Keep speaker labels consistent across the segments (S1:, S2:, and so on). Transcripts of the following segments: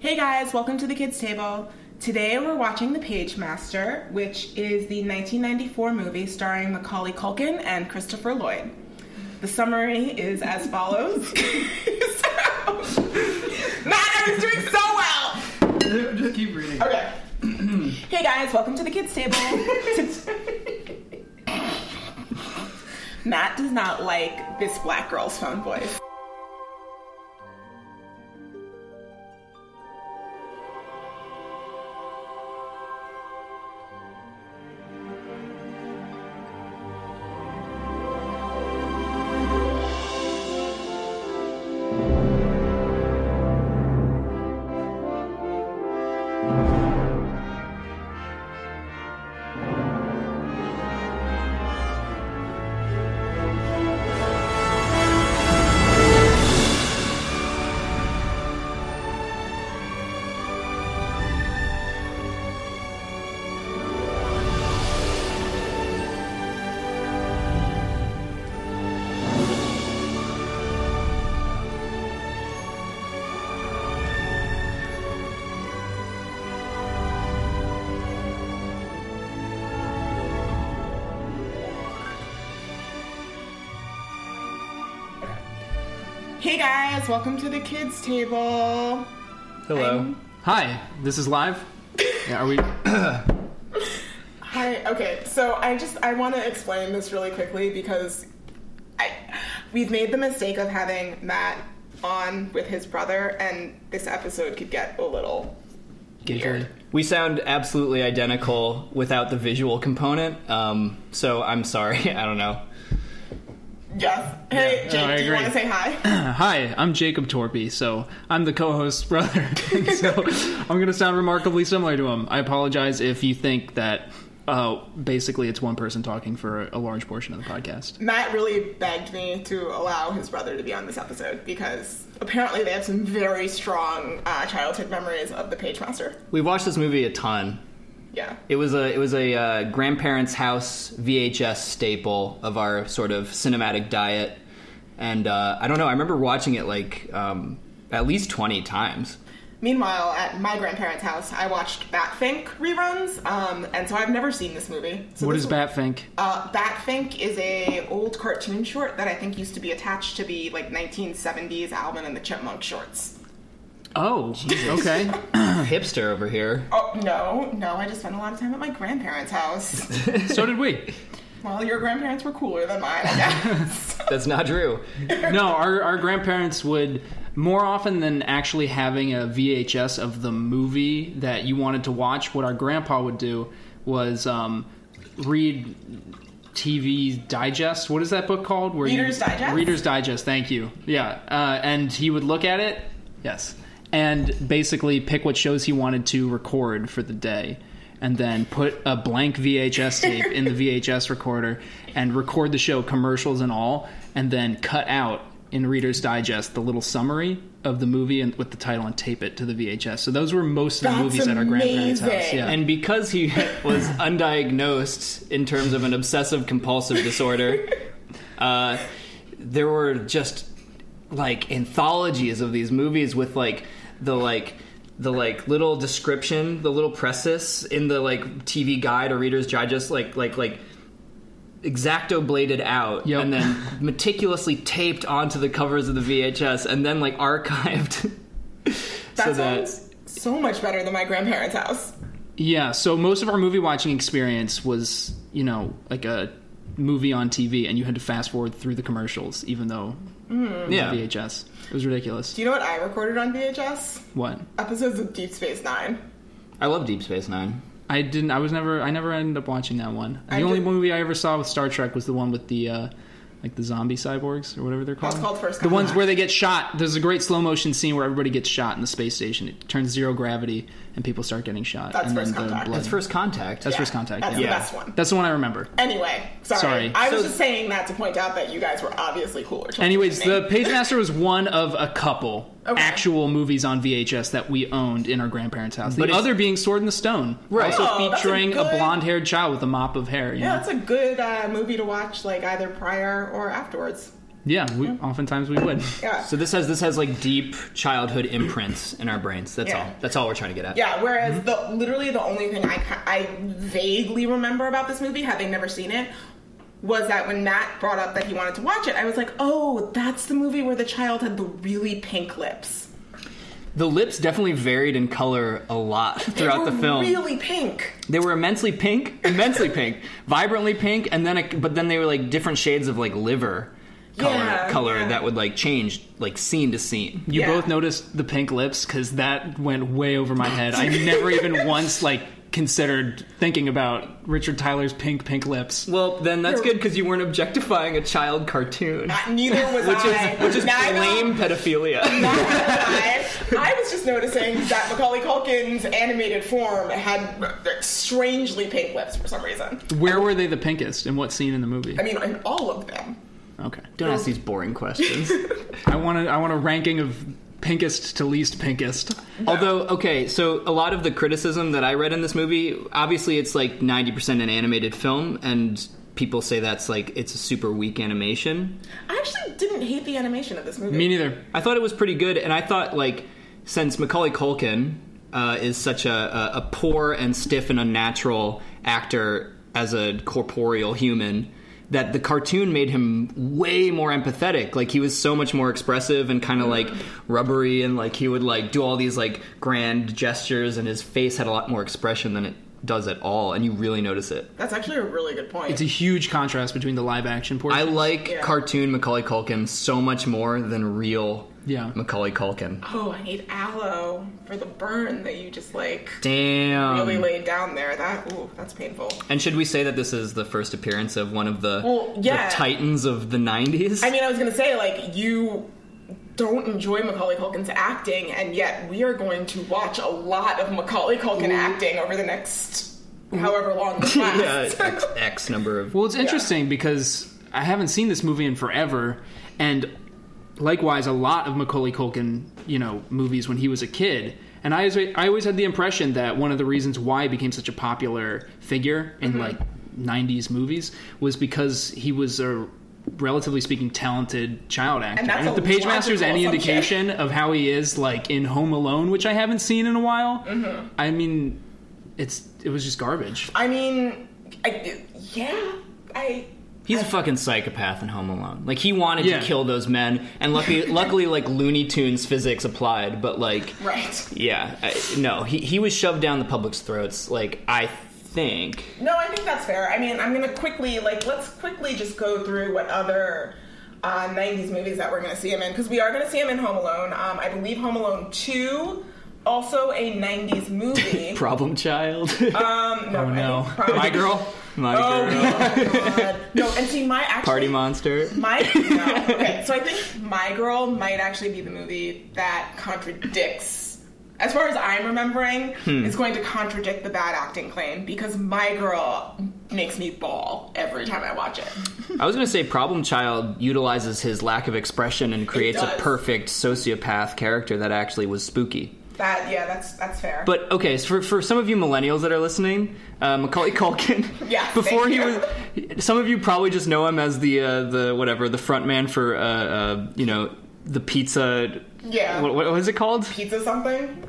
S1: Hey guys, welcome to the kids table. Today we're watching The Page Master, which is the 1994 movie starring Macaulay Culkin and Christopher Lloyd. The summary is as follows. So- Matt, I was doing so well.
S2: Just keep reading.
S1: Okay. hey guys, welcome to the kids table. Matt does not like this black girl's phone voice. Hey guys, welcome to the kids table.
S2: Hello.
S1: I'm-
S2: Hi. This is live. Yeah, are we?
S1: Hi. Okay, so I just I want to explain this really quickly because I we've made the mistake of having Matt on with his brother, and this episode could get a little
S2: Giggly.
S3: We sound absolutely identical without the visual component, um, so I'm sorry. I don't know.
S1: yes. Hey,
S2: Yeah.
S1: Jake,
S2: No, I
S1: do you want to
S2: agree.
S1: say hi?
S2: Hi, I'm Jacob Torpy. So I'm the co-host brother. so I'm gonna sound remarkably similar to him. I apologize if you think that. Uh, basically, it's one person talking for a large portion of the podcast.
S1: Matt really begged me to allow his brother to be on this episode because apparently they have some very strong uh, childhood memories of the Page Master.
S3: We watched this movie a ton.
S1: Yeah.
S3: It was a it was a uh, grandparents' house VHS staple of our sort of cinematic diet, and uh, I don't know. I remember watching it like um, at least twenty times.
S1: Meanwhile, at my grandparents' house, I watched Batfink reruns, um, and so I've never seen this movie. So
S2: What
S1: this
S2: does Bat think?
S1: Uh, Batfink is a old cartoon short that I think used to be attached to the like 1970s Alvin and the Chipmunk shorts.
S2: Oh, okay.
S3: Hipster over here.
S1: Oh no, no! I just spent a lot of time at my grandparents' house.
S2: So did we.
S1: well, your grandparents were cooler than mine, I guess.
S3: That's not true.
S2: No, our, our grandparents would more often than actually having a VHS of the movie that you wanted to watch. What our grandpa would do was um, read TV Digest. What is that book called? Where
S1: Reader's Digest?
S2: Reader's Digest. Thank you. Yeah, uh, and he would look at it. Yes, and basically pick what shows he wanted to record for the day. And then put a blank VHS tape in the VHS recorder and record the show, commercials and all, and then cut out in Reader's Digest the little summary of the movie and with the title and tape it to the VHS. So those were most of the
S1: That's
S2: movies at our grandparents' house.
S1: amazing.
S2: Yeah.
S3: And because he was undiagnosed in terms of an obsessive compulsive disorder, uh, there were just like anthologies of these movies with like the like the like little description, the little precis in the like TV guide or Reader's Digest, like like like exacto bladed out
S2: Yep.
S3: and then meticulously taped onto the covers of the VHS and then like archived.
S1: That
S3: so that
S1: sounds so much better than my grandparents' house.
S2: Yeah, so most of our movie watching experience was, you know, like a movie on TV, and you had to fast forward through the commercials, even though
S3: yeah.
S2: VHS. It was ridiculous.
S1: Do you know what I recorded on VHS?
S2: What?
S1: Episodes of Deep Space Nine.
S3: I love Deep Space Nine.
S2: I didn't. I was never. I never ended up watching that one. The
S1: I
S2: only
S1: did-
S2: movie I ever saw with Star Trek was the one with the, uh, like the zombie cyborgs or whatever they're called.
S1: That's called First
S2: The ones
S1: Contact.
S2: where they get shot. There's a great slow motion scene where everybody gets shot in the space station. It turns zero gravity, and people start getting shot.
S1: That's
S2: and
S1: First
S2: then
S1: Contact.
S2: The blood.
S3: That's First Contact.
S2: That's
S1: Yeah,
S2: first contact.
S1: That's
S2: yeah.
S1: the
S3: Yeah.
S1: best one.
S2: That's the one I remember.
S1: Anyway, sorry.
S2: Sorry.
S1: I was
S3: So-
S1: just saying that to point out that you guys were obviously cooler. children
S2: Anyways,
S1: than me.
S2: the Pagemaster was one of a couple
S1: Okay.
S2: actual movies on VHS that we owned in our grandparents' house. The
S3: But it's-
S2: other being Sword in the Stone,
S3: Right.
S2: also
S1: Oh, that's a
S2: featuring a,
S1: good-
S2: blonde-haired child with a mop of hair. You
S1: Yeah,
S2: know?
S1: that's a good uh, movie to watch, like either prior or afterwards.
S2: Yeah, we, oftentimes we would.
S1: Yeah.
S3: So this has this has like deep childhood imprints in our brains. That's
S1: Yeah.
S3: all. That's all we're trying to get at.
S1: Yeah, whereas the literally the only thing I, ca- I vaguely remember about this movie, having never seen it, was that when Matt brought up that he wanted to watch it, I was like, oh, that's the movie where the child had the really pink lips.
S3: The lips definitely varied in color a lot throughout
S1: They
S3: the
S1: were
S3: film.
S1: really pink.
S3: They were immensely pink, immensely pink, vibrantly pink, and then it, but then they were like different shades of like liver color
S1: Yeah,
S3: color
S1: yeah.
S3: that would like change like scene to scene.
S2: You
S1: Yeah.
S2: both noticed the pink lips because that went way over my head. I never even once like considered thinking about Richard Tyler's pink pink lips.
S3: Well, then that's
S1: You're-
S3: good because you weren't objectifying a child cartoon,
S1: Not- Uh, Neither was
S3: which
S1: I.
S3: is which is
S1: Neither
S3: lame pedophilia.
S1: was I. I was just noticing that Macaulay Culkin's animated form had strangely pink lips for some reason.
S2: Where were they the pinkest? In what scene in the movie?
S1: I mean, in all of them.
S2: Okay,
S3: Don't ask these boring questions.
S2: I want to. I want a ranking of pinkest to least pinkest.
S3: Although, okay, so a lot of the criticism that I read in this movie, obviously it's like 90% an animated film, and people say that's like, it's a super weak animation.
S1: I actually didn't hate the animation of this movie.
S2: Me neither.
S3: I thought it was pretty good, and I thought, like, since Macaulay Culkin uh, is such a, a, a poor and stiff and unnatural actor as a corporeal human, that the cartoon made him way more empathetic. Like, he was so much more expressive and kind of like rubbery, and like he would like do all these like grand gestures, and his face had a lot more expression than it does at all, and you really notice it.
S1: That's actually a really good point.
S2: It's a huge contrast between the live action
S3: I
S2: portion.
S3: like
S1: Yeah.
S3: cartoon Macaulay Culkin so much more than real
S2: yeah.
S3: Macaulay Culkin.
S1: Oh, I need aloe for the burn that you just like
S3: Damn.
S1: really laid down there. That ooh, that's painful.
S3: And should we say that this is the first appearance of one of the,
S1: Well,
S3: the
S1: yeah.
S3: titans of the 90s?
S1: I mean, I was gonna say like you don't enjoy Macaulay Culkin's acting, and yet we are going to watch a lot of Macaulay Culkin acting over the next however long this
S3: yeah,
S1: lasts.
S3: X, X number of.
S2: Well, it's interesting because I haven't seen this movie in forever, and likewise, a lot of Macaulay Culkin, you know, movies when he was a kid. And I always, I always had the impression that one of the reasons why he became such a popular figure in
S1: Mm-hmm.
S2: like '90s movies was because he was a relatively speaking talented child actor.
S1: that's
S2: if
S1: a
S2: the Page Master's
S1: logical
S2: any
S1: assumption.
S2: indication of how he is, like in Home Alone, which I haven't seen in a while,
S1: Mm-hmm.
S2: I mean, it's it was just garbage.
S1: I mean, I, yeah, I
S3: He's a fucking psychopath in Home Alone. Like, he wanted
S2: Yeah.
S3: to kill those men, and luckily, luckily, like, Looney Tunes physics applied, but, like,
S1: right.
S3: yeah. I, no, he, he was shoved down the public's throats, like, I think.
S1: No, I think that's fair. I mean, I'm gonna quickly like let's quickly just go through what other uh, '90s movies that we're gonna see him in because we are gonna see him in Home Alone. Um, I believe Home Alone Two, also a '90s movie.
S3: Problem child.
S1: um, no,
S2: Oh no,
S1: I think probably-
S2: my girl.
S3: My
S1: Oh
S3: girl.
S1: my god. No, and see my actually
S3: Party monster.
S1: My no. okay, so I think My Girl might actually be the movie that contradicts, as far as I'm remembering,
S2: Hmm.
S1: is going to contradict the bad acting claim because My Girl makes me bawl every time I watch it.
S3: I was going to say Problem Child utilizes his lack of expression and creates a
S1: does.
S3: perfect sociopath character that actually was spooky.
S1: That yeah, that's that's fair.
S3: But okay, so for, for some of you millennials that are listening, uh, Macaulay Culkin.
S1: Yeah, thank
S3: Before he
S1: you.
S3: was, some of you probably just know him as the uh, the whatever the front man for uh, uh, you know the pizza.
S1: Yeah.
S3: What, what was it called?
S1: pizza something?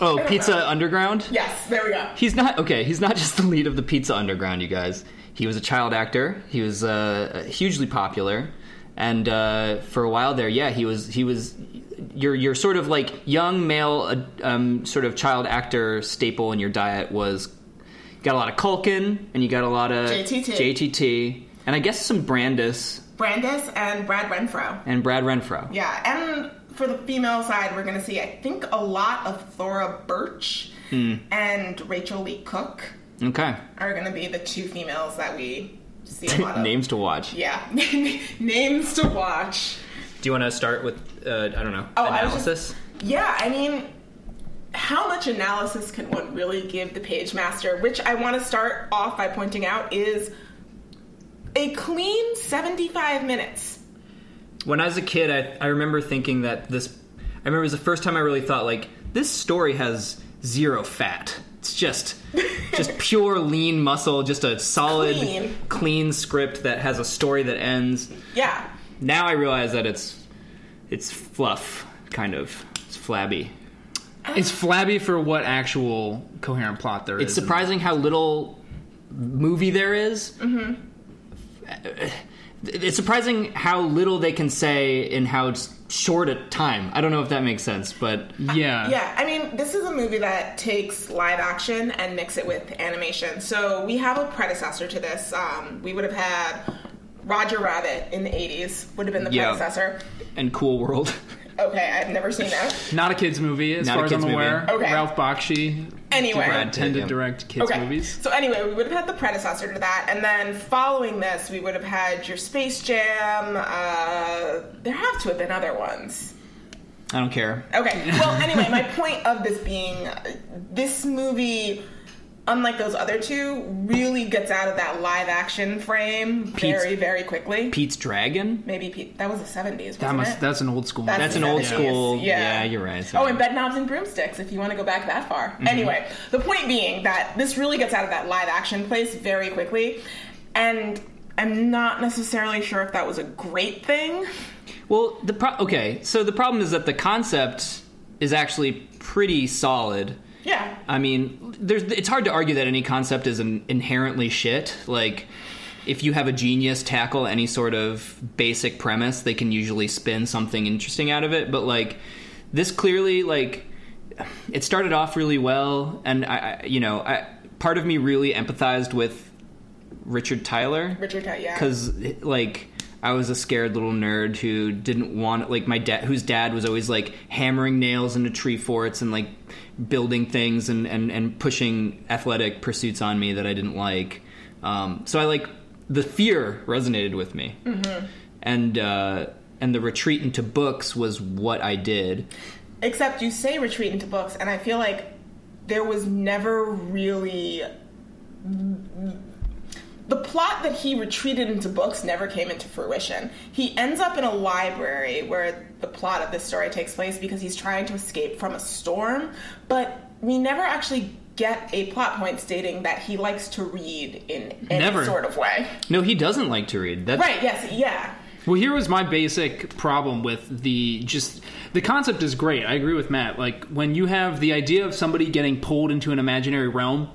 S3: Oh,
S1: don't
S3: Pizza
S1: know.
S3: Underground.
S1: Yes, there we go.
S3: He's not okay. He's not just the lead of the Pizza Underground, you guys. He was a child actor. He was uh, hugely popular, and uh, for a while there, yeah, he was. He was your your sort of like young male uh, um, sort of child actor staple in your diet was you got a lot of Culkin and you got a lot of
S1: JTT.
S3: JTT, and I guess some Brandis
S1: Brandis and Brad Renfro.
S3: and Brad Renfro.
S1: Yeah, and for the female side, we're gonna see I think a lot of Thora Birch
S3: Hmm.
S1: and Rachel Lee Cook
S3: Okay,
S1: are gonna be the two females that we see a lot of.
S3: names to watch.
S1: Yeah, names to watch.
S3: Do you want to start with uh, I don't know
S1: Oh, I was
S3: analysis?
S1: just- Yeah, I mean, how much analysis can one really give the page master? Which I want to start off by pointing out is a clean seventy-five minutes.
S3: when I was a kid, I, I remember thinking that this. I remember it was the first time I really thought like this story has zero fat. It's just just pure lean muscle, just a solid
S1: Clean.
S3: clean script that has a story that ends.
S1: Yeah.
S3: now I realize that it's it's fluff, kind of. It's flabby.
S2: It's flabby for what actual coherent plot there is.
S3: It's surprising how little movie there is. It's surprising how little they can say in how s- short a time. I don't know if that makes sense, but
S2: Yeah.
S1: Yeah, I mean, this is a movie that takes live action and mix it with animation. So we have a predecessor to this. Um, we would have had Roger Rabbit in the 80s, would have been the
S3: Yeah.
S1: predecessor.
S3: and cool world.
S1: Okay, I've never seen that.
S2: Not a kids movie, as
S3: Not a
S2: far as I'm
S3: kids movie.
S2: aware.
S1: Okay.
S2: Ralph Bakshi
S1: Anyway.
S3: Brad Pitt,
S2: tend to
S3: yeah.
S2: direct kids movies.
S1: So anyway, we would have had the predecessor to that, and then following this, we would have had your Space Jam. Uh, there have to have been other ones.
S3: I don't care.
S1: Okay. Well, anyway, my point of this being, uh, this movie, unlike those other two, really gets out of that live action frame very, very quickly.
S3: Pete's Dragon.
S1: Maybe Pete, that was the seventies, wasn't
S2: That must
S1: it?
S2: that's an old school.
S1: That's
S3: That's
S1: the
S3: an old
S1: 70s,
S3: school.
S1: yeah.
S3: Yeah. you're right.
S1: Oh,
S3: sorry.
S1: and bedknobs and broomsticks, if you want to go back that far.
S3: Mm-hmm.
S1: Anyway, the point being that this really gets out of that live action place very quickly, and I'm not necessarily sure if that was a great thing.
S3: Well, the pro- okay. So the problem is that the concept is actually pretty solid.
S1: Yeah.
S3: I mean, there's it's hard to argue that any concept is in, inherently shit. Like if you have a genius tackle any sort of basic premise, they can usually spin something interesting out of it, but like this clearly like it started off really well and I, I you know, I part of me really empathized with Richard Tyler
S1: Richard, Tut, yeah.
S3: because like I was a scared little nerd who didn't want like my dad whose dad was always like hammering nails into tree forts and like building things and and, and pushing athletic pursuits on me that I didn't like. Um, so I like the fear resonated with me, and uh, and the retreat into books was what I did.
S1: Except you say retreat into books, and I feel like there was never really. The plot that he retreated into books never came into fruition. He ends up in a library where the plot of this story takes place because he's trying to escape from a storm, but we never actually get a plot point stating that he likes to read in any
S2: Never.
S1: sort of way.
S3: No, he doesn't like to read. That's
S1: Right, yes, yeah.
S2: Well, here was my basic problem with the just the concept is great. I agree with Matt. Like when you have the idea of somebody getting pulled into an imaginary realm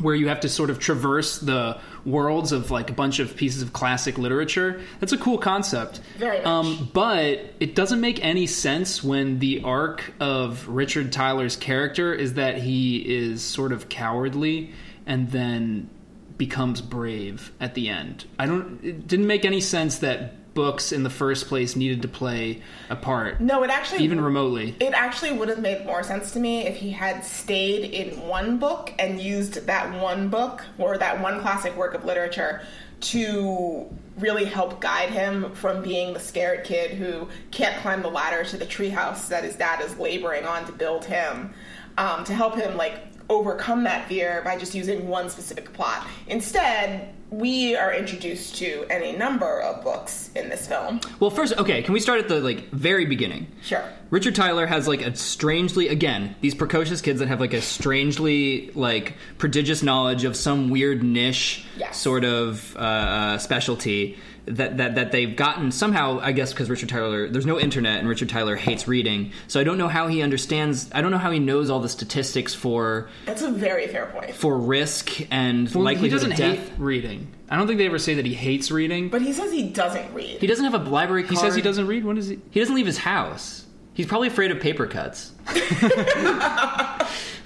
S2: where you have to sort of traverse the worlds of like a bunch of pieces of classic literature. That's a cool concept.
S1: Very much.
S2: Um, but it doesn't make any sense when the arc of Richard Tyler's character is that he is sort of cowardly and then becomes brave at the end. I don't it didn't make any sense that books in the first place needed to play a part
S1: No, it actually
S2: even remotely.
S1: It actually would have made more sense to me if he had stayed in one book and used that one book or that one classic work of literature to really help guide him from being the scared kid who can't climb the ladder to the treehouse that his dad is laboring on to build him, um, to help him like overcome that fear by just using one specific plot. Instead, we are introduced to any number of books in this film.
S3: Well, first, okay, can we start at the like very beginning?
S1: Sure.
S3: Richard Tyler has like a strangely again these precocious kids that have like a strangely like prodigious knowledge of some weird niche
S1: Yes.
S3: sort of uh, uh, specialty that, that that they've gotten somehow I guess because Richard Tyler there's no internet and Richard Tyler hates reading so I don't know how he understands I don't know how he knows all the statistics for
S1: That's a very fair point.
S3: for risk and
S2: Well,
S3: likelihood
S2: he doesn't
S3: of death.
S2: hate reading. I don't think they ever say that he hates reading.
S1: But he says he doesn't read.
S3: he doesn't have a library card.
S2: he says he doesn't read. What is he?
S3: He doesn't leave his house. He's probably afraid of paper cuts.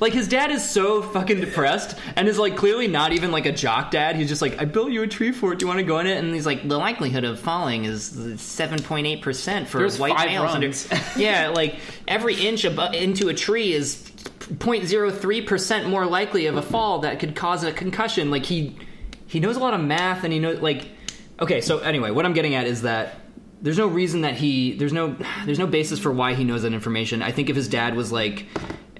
S3: like his dad is so fucking depressed and is like clearly not even like a jock dad. He's just like, I built you a tree fort. Do you want to go in it? And he's like, the likelihood of falling is seven point eight percent for
S2: There's
S3: white
S2: five
S3: males. under-"
S2: runs.
S3: yeah, like every inch abo- into a tree is 0.03 percent more likely of a fall that could cause a concussion. Like he he knows a lot of math and he knows like okay. So anyway, what I'm getting at is that there's no reason that he there's no there's no basis for why he knows that information. I think if his dad was like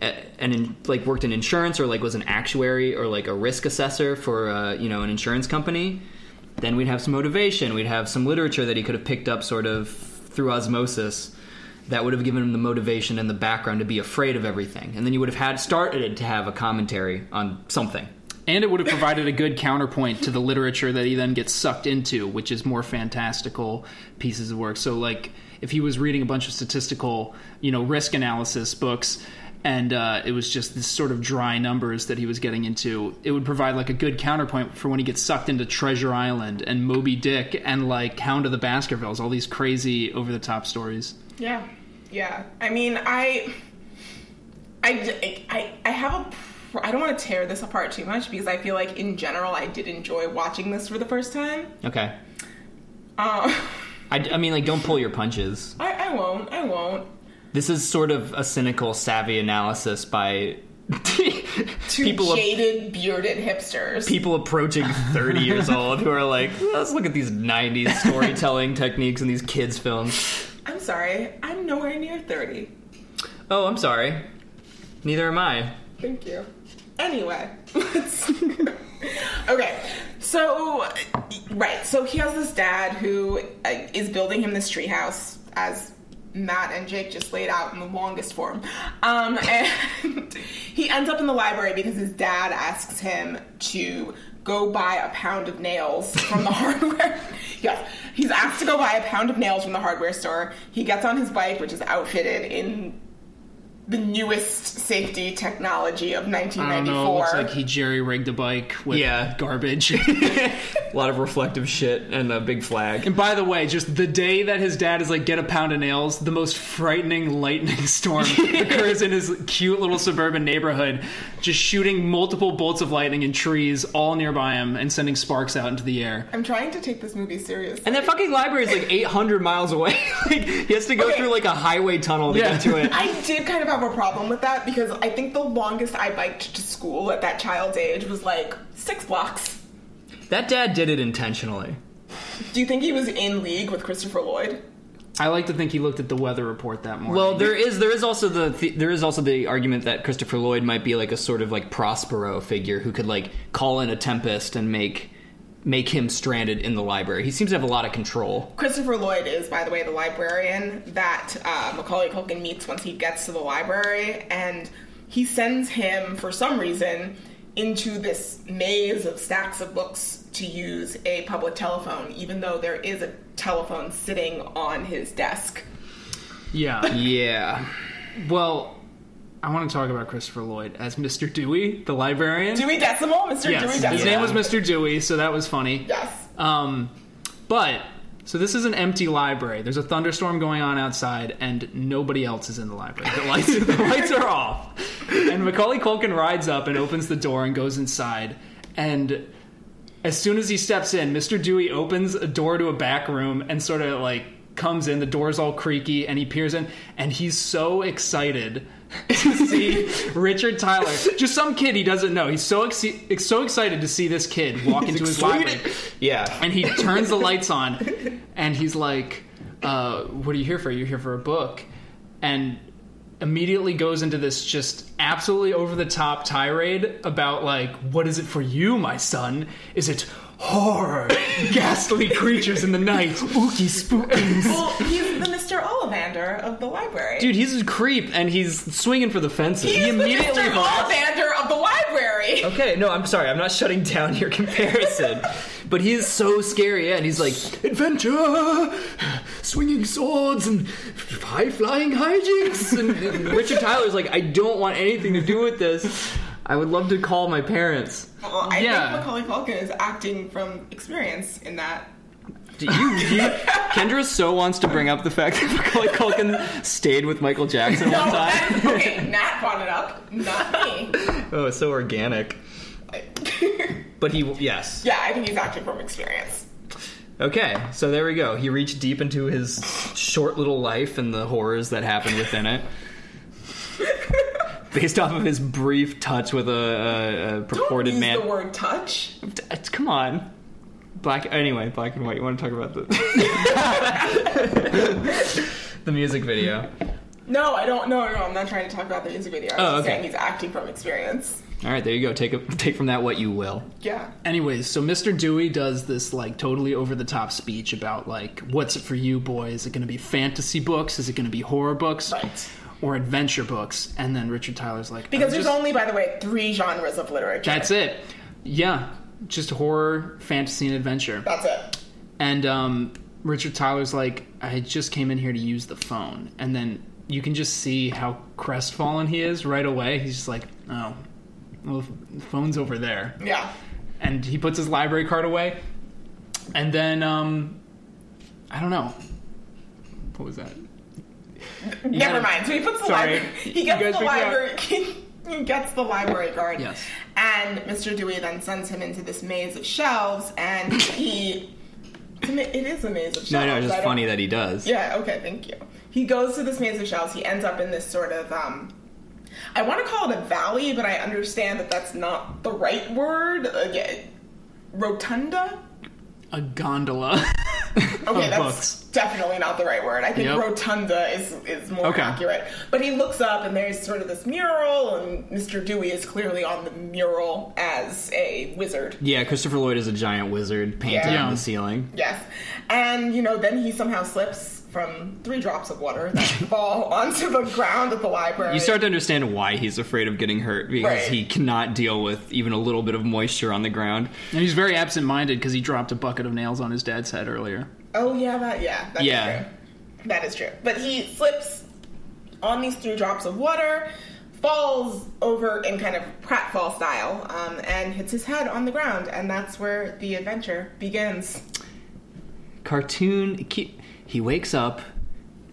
S3: a- an in, like worked in insurance or like was an actuary or like a risk assessor for uh, you know an insurance company, then we'd have some motivation. We'd have some literature that he could have picked up sort of through osmosis that would have given him the motivation and the background to be afraid of everything. And then you would have had started to have a commentary on something.
S2: And it would have provided a good counterpoint to the literature that he then gets sucked into, which is more fantastical pieces of work. So, like, if he was reading a bunch of statistical, you know, risk analysis books, and uh, it was just this sort of dry numbers that he was getting into, it would provide like a good counterpoint for when he gets sucked into Treasure Island and Moby Dick and like Hound of the Baskervilles, all these crazy over the top stories.
S1: Yeah, yeah. I mean, I, I, I, I have a. pr- I don't want to tear this apart too much because I feel like in general I did enjoy watching this for the first time.
S3: Okay.
S1: Um,
S3: I, I mean, like, don't pull your punches.
S1: I, I won't. I won't.
S3: This is sort of a cynical, savvy analysis by people ap-
S1: jaded, bearded hipsters.
S3: people approaching 30 years old who are like, let's look at these 90s storytelling techniques in these kids' films.
S1: I'm sorry. I'm nowhere near thirty.
S3: Oh, I'm sorry. Neither am I.
S1: Thank you. Anyway, let's- okay. So, right. So he has this dad who uh, is building him this treehouse, as Matt and Jake just laid out in the longest form. Um, and he ends up in the library because his dad asks him to go buy a pound of nails from the hardware. yes, he's asked to go buy a pound of nails from the hardware store. He gets on his bike, which is outfitted in the newest safety technology of
S2: I don't
S1: 1994.
S2: know. It looks like he jerry rigged a bike with
S3: Yeah.
S2: garbage.
S3: A lot of reflective shit and a big flag.
S2: and by the way, just the day that his dad is like, get a pound of nails, the most frightening lightning storm occurs in his cute little suburban neighborhood, just shooting multiple bolts of lightning and trees all nearby him and sending sparks out into the air.
S1: I'm trying to take this movie seriously.
S3: And that fucking library is like 800 miles away. like, he has to go
S1: Okay.
S3: through like a highway tunnel to
S2: Yeah.
S3: get to it.
S1: I did kind of have a problem with that because I think the longest I biked to school at that child's age was like six blocks.
S3: That dad did it intentionally.
S1: Do you think he was in league with Christopher Lloyd?
S2: I like to think he looked at the weather report that morning.
S3: Well, there is there is also the, the there is also the argument that Christopher Lloyd might be like a sort of like Prospero figure who could like call in a tempest and make make him stranded in the library. He seems to have a lot of control.
S1: Christopher Lloyd is, by the way, the librarian that uh, Macaulay Culkin meets once he gets to the library, and he sends him, for some reason, into this maze of stacks of books to use a public telephone, even though there is a telephone sitting on his desk.
S2: yeah.
S3: Yeah.
S2: Well, I want to talk about Christopher Lloyd as Mr. Dewey, the librarian.
S1: Dewey Decimal? Mr.
S2: Yes,
S1: Dewey
S2: his
S1: Decimal.
S2: name was Mr. Dewey, so that was funny.
S1: Yes.
S2: Um, but so this is an empty library. There's a thunderstorm going on outside, and nobody else is in the library. The lights, the lights are off. And Macaulay Culkin rides up and opens the door and goes inside. And as soon as he steps in, Mr. Dewey opens a door to a back room and sort of like comes in. The door's all creaky, and he peers in, and he's so excited to see Richard Tyler, just some kid he doesn't know. He's so ex- so excited to see this kid walk into his library
S3: Yeah.
S2: and he turns the lights on and he's like uh, what are you here for you're here for a book and immediately goes into this just absolutely over the top tirade about like what is it for you my son is it horror ghastly creatures in the night ooky spookings
S1: Well, he's the Mr. Ollivander of the library.
S3: Dude, he's a creep and he's swinging for the fences.
S1: he's the
S2: immediately
S1: Mr.
S2: lost-
S1: Ollivander of the library.
S3: Okay, no, I'm sorry. I'm not shutting down your comparison. but he is so scary, yeah, and he's like, adventure, swinging swords, and high flying hijinks. And, and Richard Tyler's like, I don't want anything to do with this. I would love to call my parents.
S1: Well, I
S2: Uh, Yeah.
S1: think Macaulay Culkin is acting from experience in that.
S3: Do you, do you- Kendra so wants to bring up the fact that Macaulay Culkin stayed with Michael Jackson
S1: No,
S3: one time.
S1: that's- okay, Nat brought it up, not me.
S3: Oh, it's so organic. But he, yes.
S1: yeah, I think he's acting from experience.
S3: Okay, so there we go. He reached deep into his short little life and the horrors that happened within it. Based off of his brief touch with a, a, a
S1: Don't
S3: purported
S1: use
S3: man.
S1: the word touch.
S3: It's- Come on. Black. Anyway, black and white. You want to talk about the the music video?
S1: No, I don't. No, no, I'm not trying to talk about the music video. I'm
S3: Oh,
S1: just
S3: okay.
S1: saying he's acting from experience.
S3: All right, there you go. Take a, take from that what you will.
S1: Yeah.
S2: Anyways, so Mr. Dewey does this like totally over the top speech about like what's it for you boy? Is it going to be fantasy books? Is it going to be horror books?
S1: Right.
S2: Or adventure books? And then Richard Tyler's like
S1: Because
S2: "I'm
S1: there's
S2: just-
S1: only, by the way, three genres of literature.
S2: That's it. yeah, just horror, fantasy, and adventure.
S1: That's it.
S2: And um, Richard Tyler's like, I just came in here to use the phone. And then you can just see how crestfallen he is right away. He's just like, oh, well, the phone's over there.
S1: Yeah.
S2: And he puts his library card away. And then, um, I don't know. What was that? You
S1: Never
S2: gotta-
S1: mind. So he puts the
S2: Sorry.
S1: library. He
S2: You guys
S1: gets the
S2: figured out-
S1: library. He gets the library card.
S2: Yes.
S1: And Mr. Dewey then sends him into this maze of shelves, and he. It's a ma- It is a maze of shelves.
S3: No, no, it's
S1: I
S3: just
S1: don't-
S3: funny that he does.
S1: Yeah. Okay. Thank you. He goes through this maze of shelves. He ends up in this sort of. um I want to call it a valley, but I understand that that's not the right word. Uh, yeah, rotunda.
S2: A gondola.
S1: Okay,
S2: of
S1: that's
S2: books.
S1: definitely not the right word. I think
S2: Yep.
S1: rotunda is is more
S2: Okay.
S1: accurate. But he looks up and there's sort of this mural, and Mr. Dewey is clearly on the mural as a wizard.
S3: Yeah, Christopher Lloyd is a giant wizard painted
S1: Yeah.
S3: on the ceiling.
S1: Yes, and you know then he somehow slips from three drops of water that fall onto the ground at the library.
S3: You start to understand why he's afraid of getting hurt because
S1: Right.
S3: he cannot deal with even a little bit of moisture on the ground.
S2: and he's very absent minded because he dropped a bucket of nails on his dad's head earlier.
S1: Oh yeah, that yeah, that's
S3: Yeah.
S1: true. That is true. But he slips on these three drops of water, falls over in kind of pratfall style, um, and hits his head on the ground, and that's where the adventure begins.
S3: Cartoon. He, he wakes up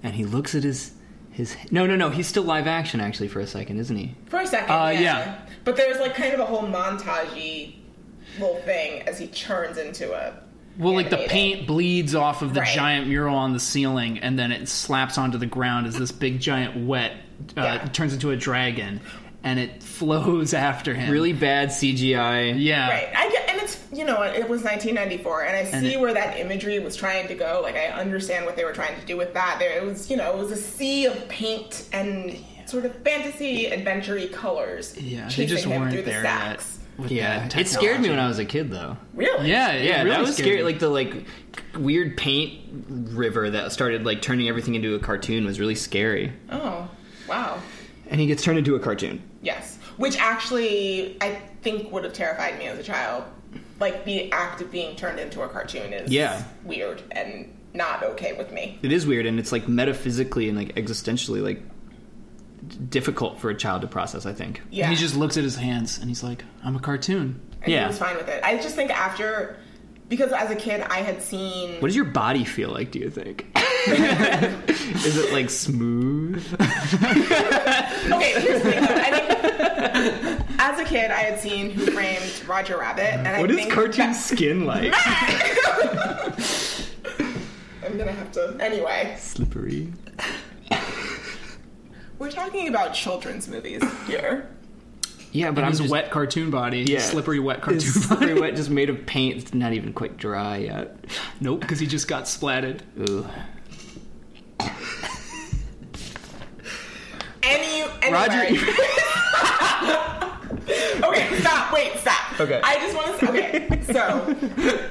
S3: and he looks at his his. No, no, no. He's still live action actually for a second, isn't he?
S1: For a second,
S2: Uh,
S1: yeah.
S2: yeah.
S1: But there's like kind of a whole montagey little thing as he churns into a
S2: Well, like the
S1: animated.
S2: paint bleeds off of the
S1: Right.
S2: giant mural on the ceiling, and then it slaps onto the ground as this big giant wet uh,
S1: Yeah.
S2: turns into a dragon, and it flows after him.
S3: Really bad CGI.
S2: Yeah.
S1: Right. I get, and it's you know it was 1994, and I
S2: And
S1: see
S2: it-
S1: where that imagery was trying to go. Like I understand what they were trying to do with that. There, it was you know it was a sea of paint and sort of fantasy adventure colors.
S2: Yeah, they
S1: chasing
S2: just
S1: him
S2: weren't
S1: through the
S2: there yet.
S1: stacks.
S2: with
S3: Yeah,
S2: that
S3: it scared me
S2: technology.
S3: when I was a kid though.
S1: Really?
S2: Yeah, it
S3: Yeah,
S2: really
S3: that was
S2: scared
S3: scary.
S2: me.
S3: Like the like weird paint river that started like turning everything into a cartoon was really scary.
S1: Oh, wow.
S3: And he gets turned into a cartoon.
S1: Yes. Which actually I think would have terrified me as a child. Like the act of being turned into a cartoon is
S3: Yeah.
S1: weird and not okay with me.
S3: It is weird, and it's like metaphysically and like existentially like difficult for a child to process. I think.
S1: Yeah.
S2: And he just looks at his hands, and he's like, "I'm a cartoon."
S1: and
S3: Yeah.
S1: he was fine with it. I just think after, because as a kid I had seen.
S3: What does your body feel like? Do you think? is it like smooth?
S1: Okay, here's the thing. Though. I think as a kid I had seen Who Framed Roger Rabbit, and
S3: What
S1: I
S3: is
S1: think
S3: cartoon skin like?
S1: I'm gonna have to. Anyway,
S3: Slippery.
S1: we're talking about children's movies here.
S3: Yeah, but
S2: But
S3: I'm
S2: his
S3: just
S2: wet cartoon body,
S3: Yeah.
S2: slippery wet cartoon body.
S3: It's slippery wet, just made of paint. It's not even quite dry yet.
S2: Nope, because he just got splatted.
S3: Ooh.
S1: Any anyway.
S3: Roger-
S1: okay, stop. Wait, stop.
S3: Okay.
S1: I just want to. Okay, so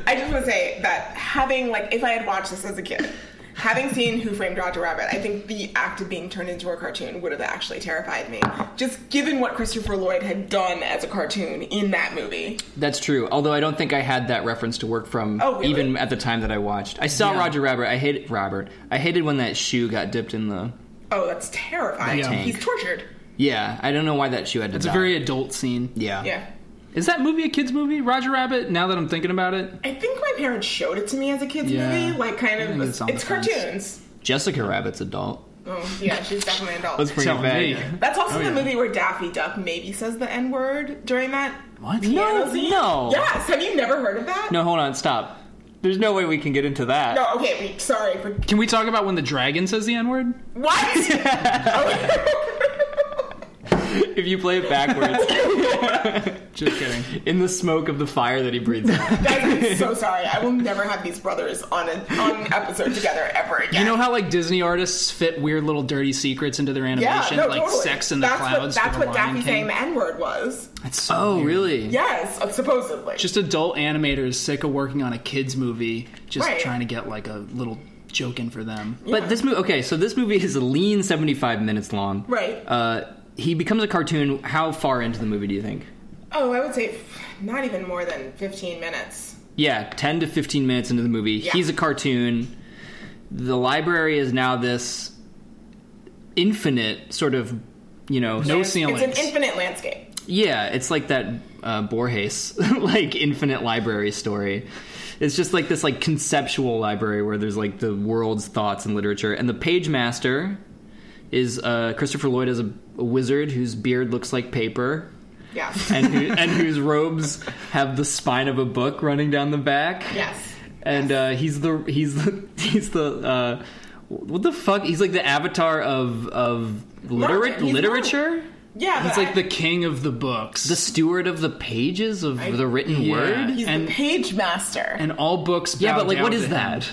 S1: I just want to say that having like, if I had watched this as a kid, having seen Who Framed Roger Rabbit, I think the act of being turned into a cartoon would have actually terrified me. Just given what Christopher Lloyd had done as a cartoon in that movie.
S3: That's true. Although I don't think I had that reference to work from
S1: Oh, really?
S3: even at the time that I watched. I saw
S2: Yeah.
S3: Roger Rabbit. I hated Robert. I hated when that shoe got dipped in the.
S1: Oh, that's terrifying.
S2: Yeah.
S1: He's tortured.
S3: Yeah, I don't know why that shoe had to.
S2: It's
S3: die.
S2: a very adult scene.
S3: Yeah.
S1: Yeah.
S2: Is that movie a kids movie? Roger Rabbit. Now that I'm thinking about it,
S1: I think my parents showed it to me as a kid's
S2: Yeah.
S1: movie. Like, kind
S2: I
S1: of.
S2: think
S1: It's,
S2: it's on the fence.
S1: cartoons.
S3: Jessica Rabbit's adult.
S1: Oh, yeah, she's definitely an adult.
S3: Let's bring
S2: Tell
S3: it back.
S2: me.
S1: That's also
S2: Oh,
S1: the
S2: yeah.
S1: movie where Daffy Duck maybe says the N word during that.
S2: What?
S1: piano
S3: No,
S1: scene.
S3: no.
S1: Yes, have you never heard of that?
S3: No, hold on, stop. There's no way we can get into that.
S1: No, okay, we, sorry. For,
S2: Can we talk about when the dragon says the N word?
S1: what?
S3: If you play it backwards,
S2: Just kidding.
S3: in the smoke of the fire that he breathes out.
S1: Guys, I'm so sorry. I will never have these brothers on, a, on an episode together ever again.
S2: You know how like Disney artists fit weird little dirty secrets into their
S1: yeah,
S2: animation,
S1: no,
S2: like
S1: totally.
S2: sex in the
S1: that's
S2: clouds.
S1: What, that's
S2: for the
S1: what
S2: Lion
S1: Daffy
S2: King.
S1: saying the N word was.
S2: That's so
S3: Oh,
S2: weird.
S3: really?
S1: Yes, uh, supposedly.
S2: Just adult animators sick of working on a kids movie, just
S1: Right.
S2: trying to get like a little joke in for them.
S1: Yeah.
S3: But this movie, okay, so this movie is a lean 75 minutes long.
S1: Right.
S3: Uh, he becomes a cartoon. How far into the movie do you think?
S1: Oh, I would say not even more than 15 minutes.
S3: Yeah, 10 to 15 minutes into the movie.
S1: Yeah.
S3: He's a cartoon. The library is now this infinite sort of, you know,
S2: No
S1: It's-
S2: ceilings.
S1: It's an infinite landscape.
S3: yeah, it's like that uh, Borges like infinite library story. It's just like this like conceptual library where there's like the world's thoughts and literature, and the page master is uh, Christopher Lloyd as a, a wizard whose beard looks like paper
S1: Yeah.
S3: and who, and whose robes have the spine of a book running down the back
S1: yes.
S3: and uh, he's the he's the he's the uh, what the fuck? He's like the avatar of of
S1: Martin,
S3: litera-
S1: he's
S3: literature.
S1: Yeah,
S2: He's
S1: but
S2: like
S1: I-
S2: the king of the books.
S3: The steward of the pages of
S1: I-
S3: the written
S2: Yeah.
S3: word.
S1: he's
S2: and-
S1: the page master.
S2: and all books.
S3: yeah,
S2: bow
S3: but like,
S2: down
S3: what
S2: to
S3: is
S2: him.
S3: that?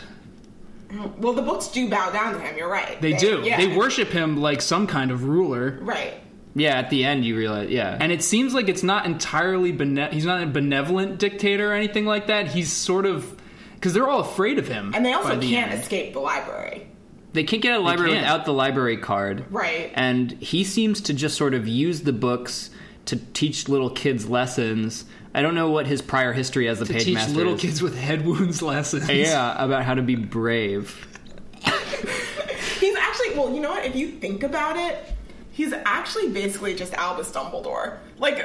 S1: well, the books do bow down to him. You're right.
S2: They do.
S1: yeah.
S2: They worship him like some kind of ruler.
S1: Right.
S3: Yeah, at the end you realize. Yeah,
S2: And it seems like it's not entirely bene- he's not a benevolent dictator or anything like that. He's sort of because they're all afraid of him.
S1: And they also
S2: by the
S1: can't
S2: end.
S1: escape the library.
S3: they can't get out of the library
S2: can't.
S3: without the library card.
S1: Right.
S3: And he seems to just sort of use the books to teach little kids lessons. I don't know what his prior history as the page
S2: teach
S3: master
S2: little
S3: is.
S2: kids with head wounds lessons.
S3: Yeah, about how to be brave.
S1: he's actually, well, you know what? If you think about it, he's actually basically just Albus Dumbledore. Like,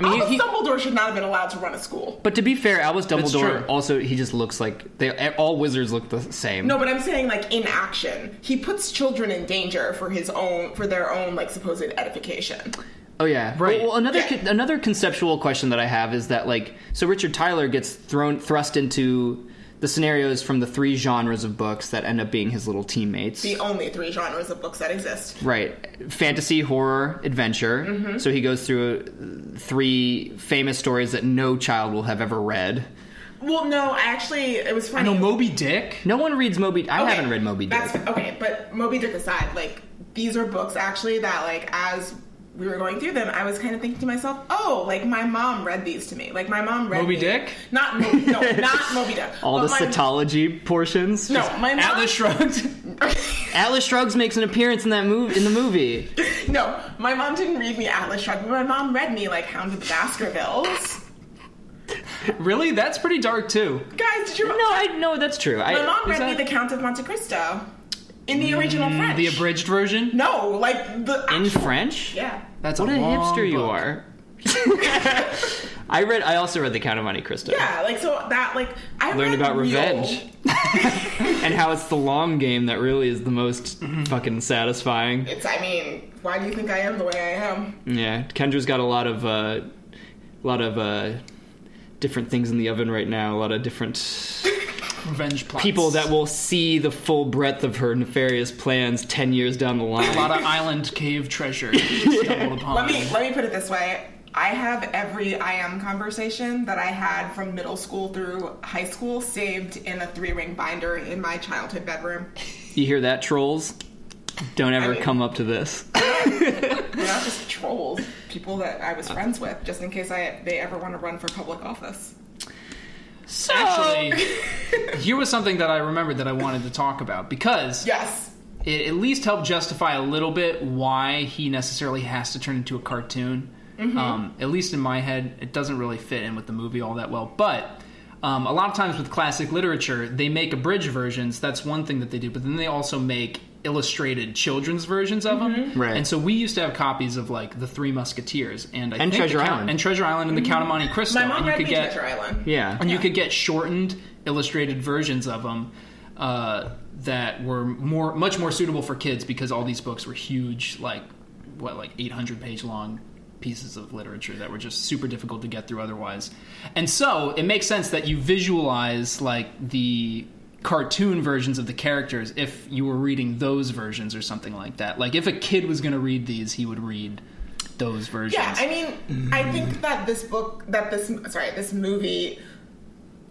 S3: mean,
S1: Albus
S3: he-
S1: Dumbledore should not have been allowed to run a school.
S3: But to be fair, Albus
S2: true.
S3: Dumbledore also he just looks like they all wizards look the same.
S1: No, but I'm saying like in action, he puts children in danger for his own, for their own like supposed edification.
S3: Oh yeah.
S2: Right.
S3: Well, well, another
S1: Yeah.
S3: con- another conceptual question that I have is that like so Richard Tyler gets thrown thrust into the scenarios from the three genres of books that end up being his little teammates.
S1: The only three genres of books that exist.
S3: Right. Fantasy, horror, adventure.
S1: Mm-hmm.
S3: So he goes through uh, three famous stories that no child will have ever read.
S1: Well, no, actually, it was
S2: I
S1: funny.
S2: know Moby Dick.
S3: No one reads Moby I
S1: Okay,
S3: haven't read Moby Dick.
S1: That's okay, but Moby Dick aside, like these are books actually that like as we were going through them, I was kind of thinking to myself, oh, like my mom read these to me. Like my mom read
S2: Moby
S1: me-
S2: Dick?
S1: Not Moby, no, not Moby Dick.
S3: All
S1: But
S3: the
S1: my-
S3: cetology portions.
S1: No,
S3: Just-
S1: my mom.
S2: Atlas Shrugged.
S3: Atlas Shrugs makes an appearance in that move in the movie.
S1: no, my mom didn't read me Atlas Shrugged, but my mom read me like Hound of the Baskervilles.
S2: really, that's pretty dark too.
S1: Guys, did you?
S3: No, I no, that's true. I,
S1: my mom
S2: is
S1: read me
S2: that- Mm,
S1: The Count of Monte Cristo in the original French.
S2: The abridged version.
S1: No, like the
S3: in French.
S1: yeah.
S2: That's
S3: What a
S2: long
S3: hipster you
S2: book.
S3: are. I read. I also read The Count of Monte Cristo.
S1: Yeah, like so that like I
S3: Learned
S1: read
S3: about
S1: real-
S3: revenge and how it's the long game that really is the most
S1: Mm-hmm.
S3: fucking satisfying.
S1: It's, I mean, why do you think I am the way I am?
S3: Yeah, Kendra's got a lot of uh, lot of uh, different things in the oven right now. A lot of different
S2: Revenge plots.
S3: people that will see the full breadth of her nefarious plans ten years down the line.
S2: a lot of island cave treasure you stumbled upon.
S1: Let me let me put it this way. I have every I am conversation that I had from middle school through high school saved in a three ring binder in my childhood bedroom.
S3: You hear that, trolls? Don't ever
S1: mean-
S3: come up to this.
S1: They're not just trolls, people that I was friends with, just in case I they ever want to run for public office.
S3: So,
S2: Actually, here was something that I remembered that I wanted to talk about because
S1: Yes.
S2: it at least helped justify a little bit why he necessarily has to turn into a cartoon.
S1: Mm-hmm.
S2: Um, at least in my head, it doesn't really fit in with the movie all that well. But um, a lot of times with classic literature, they make abridged versions. That's one thing that they do. But then they also make illustrated children's versions of them.
S1: Mm-hmm.
S3: Right.
S2: And so we used to have copies of like the Three Musketeers and I
S3: And
S2: think the
S3: Treasure
S2: Count-
S3: Island.
S2: and Treasure Island and the Count of Monte Cristo.
S1: Mm-hmm. My mom
S2: and you
S1: read
S2: could
S1: me
S2: get
S1: Treasure Island.
S3: yeah.
S2: and you could get shortened illustrated versions of them uh, that were more much more suitable for kids because all these books were huge like what like 800 page long pieces of literature that were just super difficult to get through otherwise and so it makes sense that you visualize like the cartoon versions of the characters if you were reading those versions or something like that like if a kid was going to read these he would read those versions
S1: Yeah, I mean, I think that this book, that this, sorry, this movie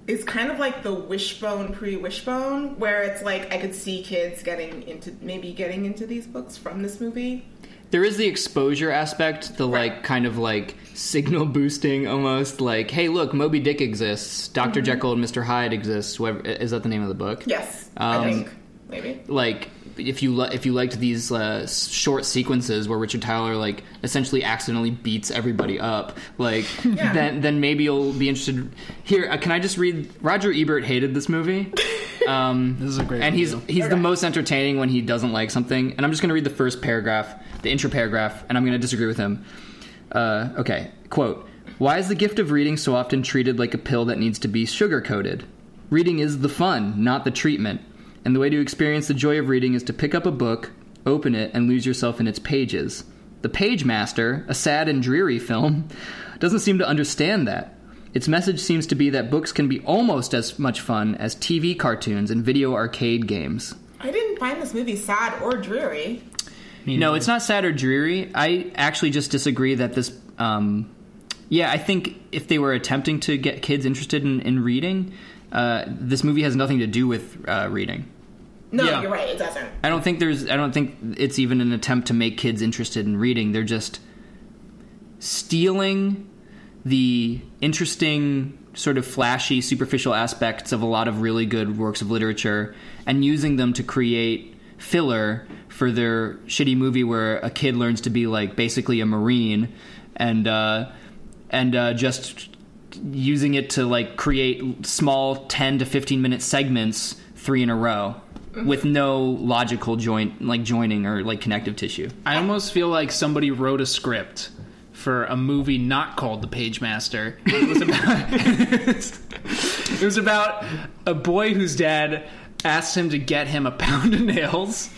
S1: is kind of like the wishbone pre wishbone, where it's like I could see kids getting into, maybe getting into these books from this movie.
S3: There is the exposure aspect, the like kind of like signal boosting almost like, hey, look, Moby Dick exists, doctor Jekyll and Mr. Hyde exists. Whatever, is that the name of the book?
S1: Yes, I
S3: Um,
S1: think. Maybe.
S3: Like if you li- if you liked these uh, s- short sequences where Richard Tyler like essentially accidentally beats everybody up, like
S1: Yeah.
S3: then then maybe you'll be interested. Here, uh, can I just read? Roger Ebert hated this movie. Um,
S2: This is a great
S3: and he's
S2: review.
S3: he's the
S1: Okay.
S3: most entertaining when he doesn't like something. And I'm just going to read the first paragraph, the intro paragraph, and I'm going to disagree with him. Uh, okay, quote: Why is the gift of reading so often treated like a pill that needs to be sugar coated? Reading is the fun, not the treatment. And the way to experience the joy of reading is to pick up a book, open it, and lose yourself in its pages. The Page Master, a sad and dreary film, doesn't seem to understand that. Its message seems to be that books can be almost as much fun as TV cartoons and video arcade games.
S1: I didn't find this movie sad or dreary.
S3: No, it's not sad or dreary. I actually just disagree that this. Um, yeah, I think if they were attempting to get kids interested in, in reading, uh, this movie has nothing to do with uh, reading.
S1: No,
S2: Yeah.
S1: you're right. It doesn't.
S3: I don't think there's. I don't think it's even an attempt to make kids interested in reading. They're just stealing the interesting, sort of flashy, superficial aspects of a lot of really good works of literature and using them to create filler for their shitty movie where a kid learns to be like basically a marine and uh, and uh, just using it to like create small 10 to 15 minute segments three in a row with no logical joint like joining or like connective tissue
S2: I almost feel like somebody wrote a script for a movie not called The Page Master. It was about it was about a boy whose dad asked him to get him a pound of nails,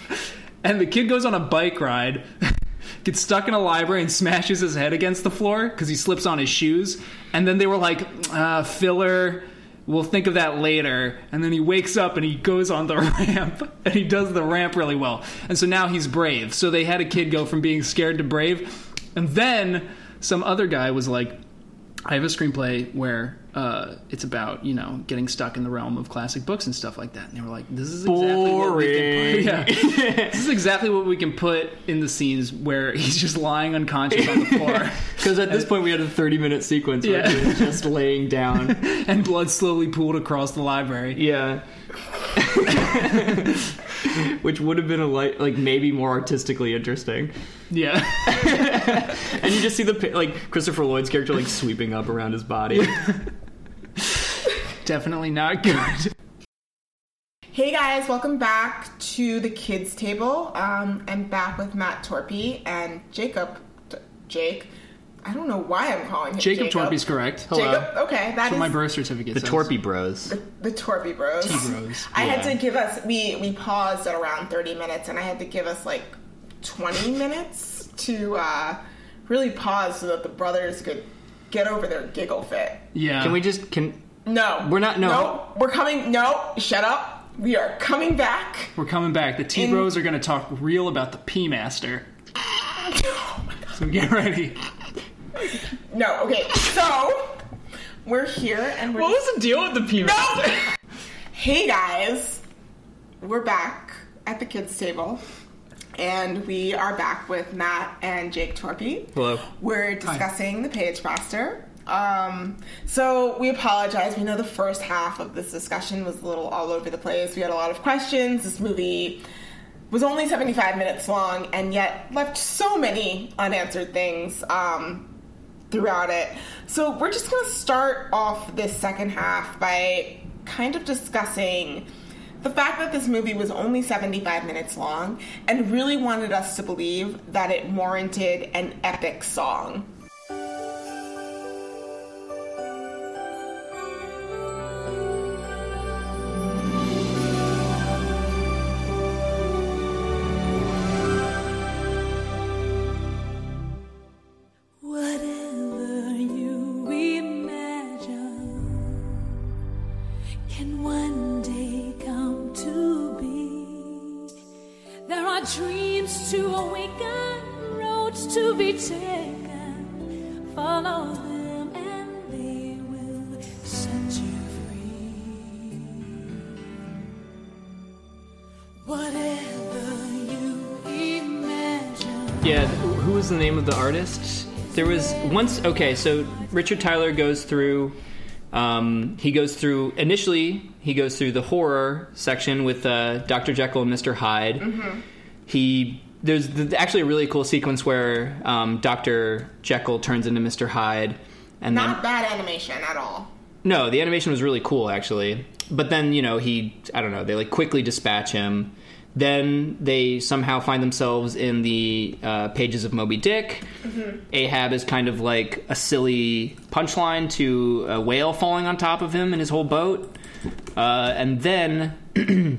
S2: and the kid goes on a bike ride, gets stuck in a library and smashes his head against the floor because he slips on his shoes, and then they were like uh, filler. We'll think of that later. And then he wakes up and he goes on the ramp and he does the ramp really well. And so now he's brave. So they had a kid go from being scared to brave. And then some other guy was like, I have a screenplay where uh, it's about you know getting stuck in the realm of classic books and stuff like that. And they were like, "This is exactly what we can put.
S3: Boring.
S2: Yeah. this is exactly what we can put in the scenes where he's just lying unconscious on the floor
S3: because at this point we had a 30 minute sequence
S2: where he was
S3: just laying down
S2: and blood slowly pooled across the library."
S3: Yeah. Which would have been a light, like maybe more artistically interesting,
S2: Yeah,
S3: and you just see the pi- like Christopher Lloyd's character like sweeping up around his body.
S2: definitely not good.
S1: Hey guys, welcome back to the kids table. Um, I'm back with Matt Torpy and Jacob. T- Jake, I don't know why I'm calling him
S2: Jacob, Torpy's correct.
S3: Hello.
S1: Jacob, okay, that is
S2: That's what my birth certificate.
S3: The
S2: says.
S3: Torpy Bros.
S1: the Torpy Bros.
S2: T-Bros,
S1: I had
S3: yeah.
S1: to give us we we paused at around 30 minutes, and I had to give us like 20 minutes to uh, really pause so that the brothers could get over their giggle fit.
S2: Yeah.
S3: Can we just can?
S1: No,
S3: We're not- no.
S1: no, we're coming. No, shut up. We are coming back.
S2: We're coming back. The T Bros are going to talk real about the P Master. So get ready.
S1: No, okay. So we're here and we're
S2: the deal with the P Master?
S1: No! Hey guys. We're back at the kids table. And we are back with Matt and Jake Torpy.
S3: Hello.
S1: We're discussing the page master. Um, so we apologize. We know the first half of this discussion was a little all over the place. We had a lot of questions. This movie was only 75 minutes long and yet left so many unanswered things um, throughout it. So we're just going to start off this second half by kind of discussing the fact that this movie was only 75 minutes long and really wanted us to believe that it warranted an epic song.
S4: Whatever you imagine can one day come to be. There are dreams to awaken, roads to be taken. Follow them and they will set you free. Whatever you imagine.
S3: Yeah. Who was the name of the artist? There was once. Okay, so Richard Tyler goes through Um, he goes through initially. He goes through the horror section with uh, Dr. Jekyll and Mr. Hyde. He there's th- actually a really cool sequence where um, Dr. Jekyll turns into Mr. Hyde, and then
S1: Not bad animation at all.
S3: no, the animation was really cool actually. But then, you know, he I don't know, they like quickly dispatch him. Then they somehow find themselves in the uh, pages of Moby Dick. Ahab is kind of like a silly punchline to a whale falling on top of him and his whole boat. Uh, and then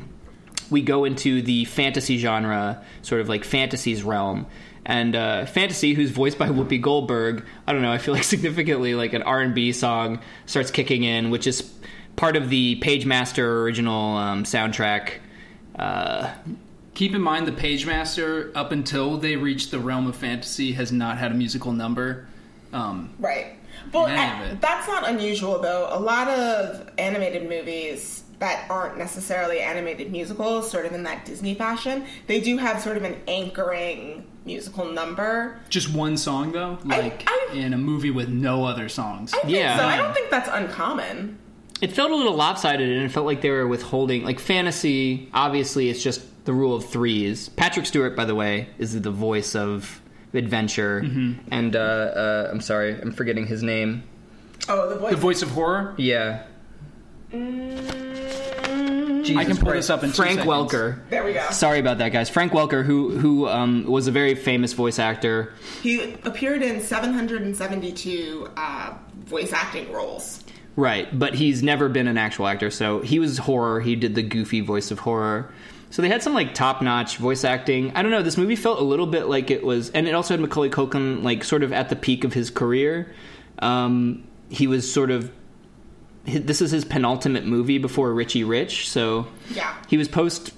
S3: we go into the fantasy genre, sort of like fantasy's realm. And uh, fantasy, who's voiced by Whoopi Goldberg, I don't know. I feel like significantly like an R and B song starts kicking in, which is part of the Page Master original um, soundtrack. Uh,
S2: Keep in mind the Pagemaster, up until they reached the realm of fantasy, has not had a musical number. Um,
S1: Right. Well,
S2: None
S1: I-
S2: of it.
S1: that's not unusual though. A lot of animated movies that aren't necessarily animated musicals, sort of in that Disney fashion, they do have sort of an anchoring musical number.
S2: just one song though, like
S1: I-
S2: in a movie with no other songs.
S1: I think
S3: Yeah.
S1: So I don't think that's uncommon.
S3: it felt a little lopsided, and it felt like they were withholding. Like fantasy, obviously, it's just the rule of threes. Patrick Stewart, by the way, is the voice of adventure,
S2: Mm-hmm.
S3: and uh, uh, I'm sorry, I'm forgetting his name.
S1: Oh, the voice.
S2: the voice of horror.
S3: Yeah.
S1: Mm,
S3: Jesus
S2: I can pull this up in two
S3: Frank
S2: seconds.
S3: Welker.
S1: there we go.
S3: Sorry about that, guys. Frank Welker, who who um, was a very famous voice actor.
S1: He appeared in 772 uh, voice acting roles.
S3: Right, but he's never been an actual actor. So he was horror. He did the goofy voice of horror. So they had some like top notch voice acting. I don't know. This movie felt a little bit like it was, and it also had Macaulay Culkin like sort of at the peak of his career. Um, he was sort of. hi- This is his penultimate movie before Richie Rich, so
S1: Yeah.
S3: he was post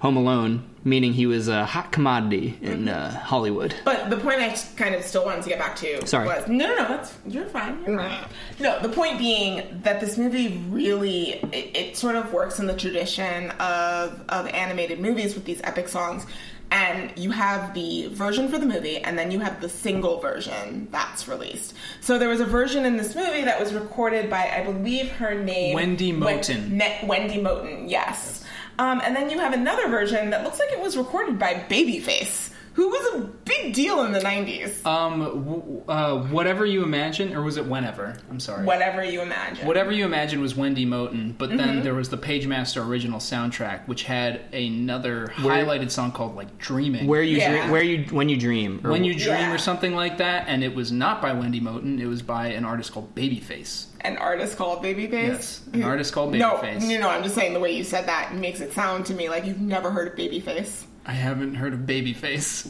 S3: Home Alone, meaning he was a hot commodity
S2: Mm-hmm.
S3: in uh, Hollywood.
S1: But the point I s- kind of still wanted to get back to
S3: Sorry.
S1: was no, no, no, that's you're fine. You're fine. No, the point being that this movie really it, it sort of works in the tradition of of animated movies with these epic songs, and you have the version for the movie, and then you have the single version that's released. So there was a version in this movie that was recorded by I believe her name
S2: Wendy
S1: Wen-
S2: Moten.
S1: Ne- Wendy Moten, yes. Um, and then you have another version that looks like it was recorded by Babyface, who was a big deal in the 90s.
S2: Um, w- uh, whatever you imagine, or was it whenever? I'm sorry.
S1: Whatever you imagine.
S2: Whatever you imagine was Wendy Moten, but then there was the Pagemaster original soundtrack, which had another highlighted song called like "Dreaming."
S3: Where you
S1: Yeah.
S3: dream, where you when you dream or
S2: when you dream
S1: Yeah.
S2: or something like that, and it was not by Wendy Moten. It was by an artist called Babyface.
S1: An artist called Babyface?
S2: Yes, an artist called
S1: No,
S2: Babyface.
S1: no, no, I'm just saying the way you said that makes it sound to me like you've never heard of Babyface.
S2: I haven't heard of Babyface.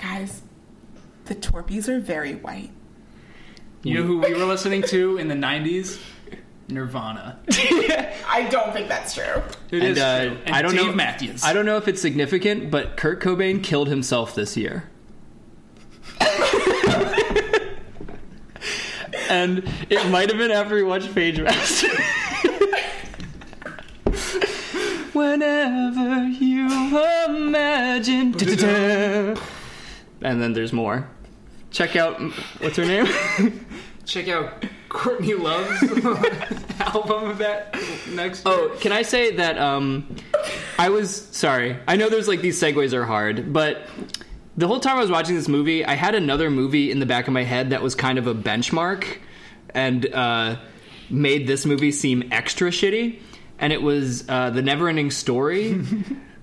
S1: Guys, the Torpies are very white.
S2: You know who we were listening to in the '90s? Nirvana.
S1: I don't think that's true.
S2: It
S3: and,
S2: is
S3: uh,
S2: true. And
S3: I don't
S2: Dave
S3: know
S2: Matthews.
S3: I don't know if it's significant, but Kurt Cobain killed himself this year. and it might have been after we watched Page Master. Whenever you imagine, Da-da-da. and then there's more. Check out what's her name?
S2: check out Courtney Love's album of that next. year.
S3: Oh, can I say that um I was sorry. I know there's like these segues are hard, but the whole time I was watching this movie, I had another movie in the back of my head that was kind of a benchmark and uh made this movie seem extra shitty, and it was uh The Neverending Story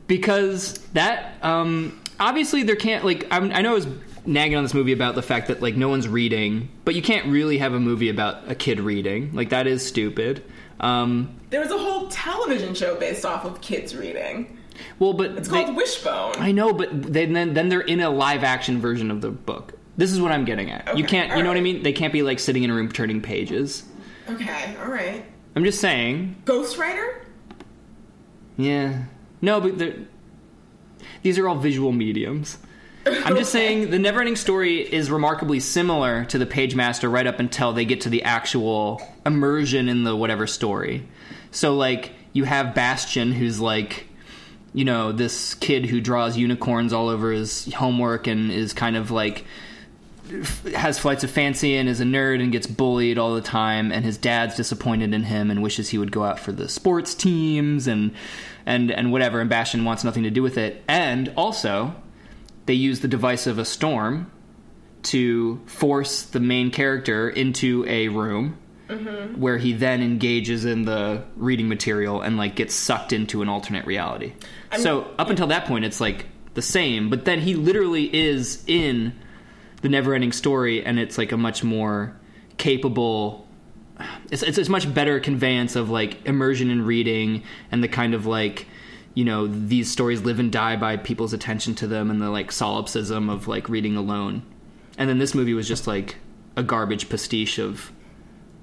S3: because that um obviously there can't like I'm, I know I was nagging on this movie about the fact that like no one's reading, but you can't really have a movie about a kid reading. Like that is stupid. Um
S1: There was a whole television show based off of kids reading.
S3: Well, but
S1: It's
S3: they-
S1: called Wishbone.
S3: I know, but they, then then they're in a live action version of the book. This is what I'm getting at.
S1: Okay,
S3: you can't, you
S1: all
S3: know what I
S1: right.
S3: mean? They can't be like sitting in a room turning pages.
S1: okay, all right.
S3: I'm just saying.
S1: Ghostwriter?
S3: Yeah. No, but they're, these are all visual mediums. I'm just saying the Neverending Story is remarkably similar to the Page Master right up until they get to the actual immersion in the whatever story. So like you have Bastion who's like you know this kid who draws unicorns all over his homework and is kind of like has flights of fancy and is a nerd and gets bullied all the time and his dad's disappointed in him and wishes he would go out for the sports teams and and and whatever and Bastion wants nothing to do with it and also they use the device of a storm to force the main character into a room where he then engages in the reading material and like gets sucked into an alternate reality. so up until that point, it's like the same, but then he literally is in the never-ending story, and it's like a much more capable. It's it's, it's much better conveyance of like immersion in reading and the kind of like. You know these stories live and die by people's attention to them, and the like solipsism of like reading alone. And then this movie was just like a garbage pastiche of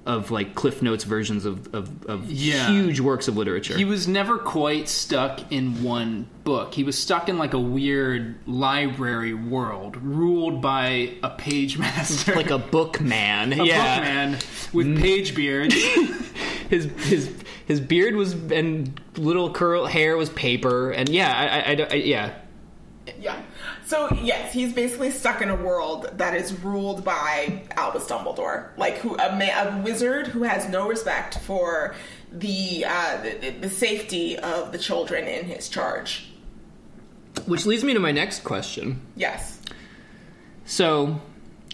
S3: of like Cliff Notes versions of of, of
S2: Yeah.
S3: huge works of literature.
S2: He was never quite stuck in one book. He was stuck in like a weird library world ruled by a page master.
S3: like a book man.
S2: a
S3: yeah.
S2: bookman with page beards.
S3: His his his beard was and little curl hair was paper and yeah, I, I- I, don't- I- yeah.
S1: Yeah. So yes, he's basically stuck in a world that is ruled by Albus Dumbledore, like who a, ma- a wizard who has no respect for the, uh, the the safety of the children in his charge.
S3: Which leads me to my next question.
S1: Yes.
S3: So,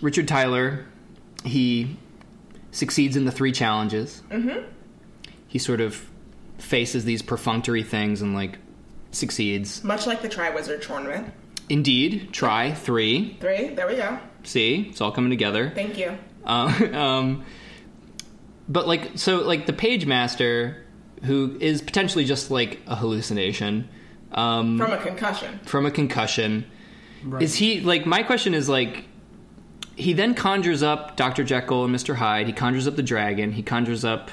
S3: Richard Tyler, he succeeds in the three challenges. Mm-hmm. He sort of faces these perfunctory things and like succeeds.
S1: Much like the Triwizard Tournament.
S3: Indeed, try three.
S1: Three. There we go.
S3: See, it's all coming together.
S1: Thank you.
S3: Uh, um, but like, so like the page master, who is potentially just like a hallucination um,
S1: From a concussion.
S3: from a concussion, is he like? My question is like, he then conjures up Doctor Jekyll and Mister Hyde. He conjures up the dragon. He conjures up,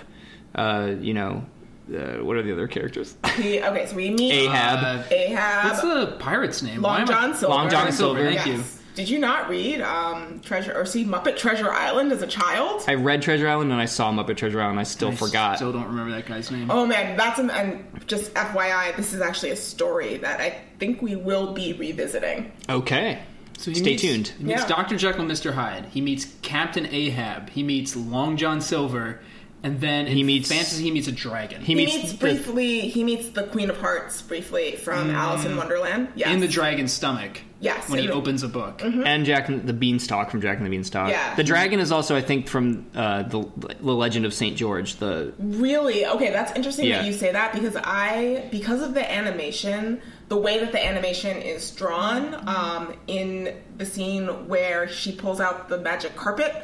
S3: uh, you know, uh, what are the other characters?
S1: He, okay, so we meet
S2: Uh,
S3: Ahab,
S2: What's
S1: Ahab,
S2: the pirate's name? Why
S1: Long
S2: am I-
S1: John Silver.
S3: Long John Silver.
S2: Silver, thank you.
S1: Did you not read um, Treasure or see Muppet Treasure Island as a child?
S3: I read Treasure Island and I saw him up at Treasure Island. I still
S2: I
S3: forgot.
S2: Still don't remember that guy's name.
S1: Oh man, that's an, and just FYI, this is actually a story that I think we will be revisiting.
S3: okay,
S2: So
S3: stay
S2: meets-
S3: tuned.
S2: He meets
S1: Yeah.
S2: Dr. Jekyll and Mr. Hyde. He meets Captain Ahab. He meets Long John Silver. And then in
S3: He meets-
S2: Fantasy, he meets a dragon.
S1: He
S3: He meets,
S1: meets
S3: the- Mm.
S1: briefly. He meets the Queen of Hearts briefly from Alice in Wonderland. Yes.
S2: in the dragon's stomach.
S1: Yes,
S2: When he
S1: in the- Mm-hmm.
S2: opens a book.
S3: and Jack and the Beanstalk from Jack and the Beanstalk.
S1: Yeah.
S3: The dragon is also, I think, from uh, the the Legend of Saint George. The
S1: really okay. That's interesting
S3: Yeah.
S1: that you say that because I because of the animation, the way that the animation is drawn um, in the scene where she pulls out the magic carpet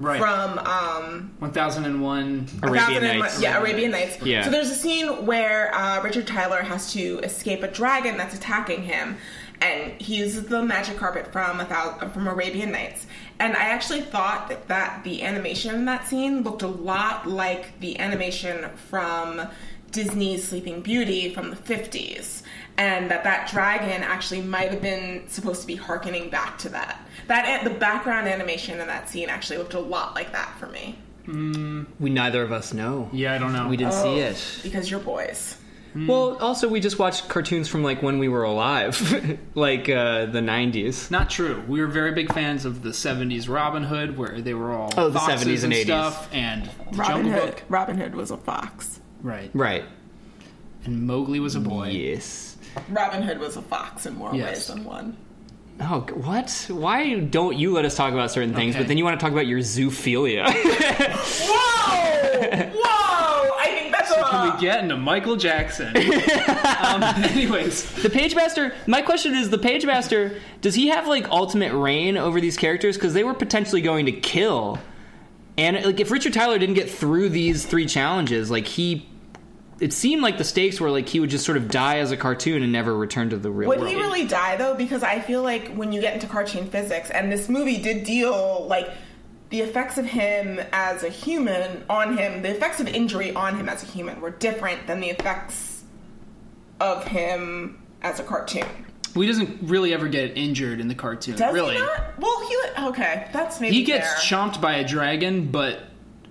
S2: Right.
S1: from um,
S2: 1001.
S3: Arabian
S1: Thousand and One-
S3: Nights.
S1: yeah, Arabian Nights.
S3: Yeah.
S1: So there's a scene where uh, Richard Tyler has to escape a dragon that's attacking him, and he uses the magic carpet from a thou- from Arabian Nights. And I actually thought that, that the animation in that scene looked a lot like the animation from Disney's Sleeping Beauty from the 50s. And that that dragon actually might have been supposed to be harkening back to that. That the background animation in that scene actually looked a lot like that for me
S3: we neither of us know.
S2: Yeah, Mm. I don't know.
S3: We didn't see
S1: Oh,
S3: it.
S1: because you're boys.
S3: Well, also we just watched cartoons from like when we were alive, like uh, the '90s.
S2: Not true. We were very big fans of the 70s Robin Hood, where they were all
S3: Oh, the
S2: foxes
S3: 70s and 80s.
S2: stuff, and the
S1: Robin
S2: Jungle
S1: Hood.
S2: Book.
S1: Robin Hood was a fox.
S2: Right.
S3: Right.
S2: And Mowgli was a boy.
S3: Yes.
S1: Robin Hood was a fox in more
S2: Yes.
S1: ways than one.
S3: Oh, g- what? Why don't you let us talk about certain things,
S2: Okay.
S3: but then you want to talk about your zoophilia?
S1: Whoa! Whoa! I think that's a.
S2: Can we get into Michael Jackson? um, anyways,
S3: the page master. My question is: the page master does he have like ultimate reign over these characters because they were potentially going to kill? And like, if Richard Tyler didn't get through these three challenges, like he, it seemed like the stakes were like he would just sort of die as a cartoon and never return to the real
S1: would
S3: world.
S1: he really die though? Because I feel like when you get into cartoon physics, and this movie did deal like the effects of him as a human on him, the effects of injury on him as a human were different than the effects of him as a cartoon.
S2: well, he doesn't really ever get injured in the cartoon.
S1: Does
S2: really?
S1: he not? Well, he okay. That's maybe
S2: He gets
S1: fair.
S2: chomped by a dragon, but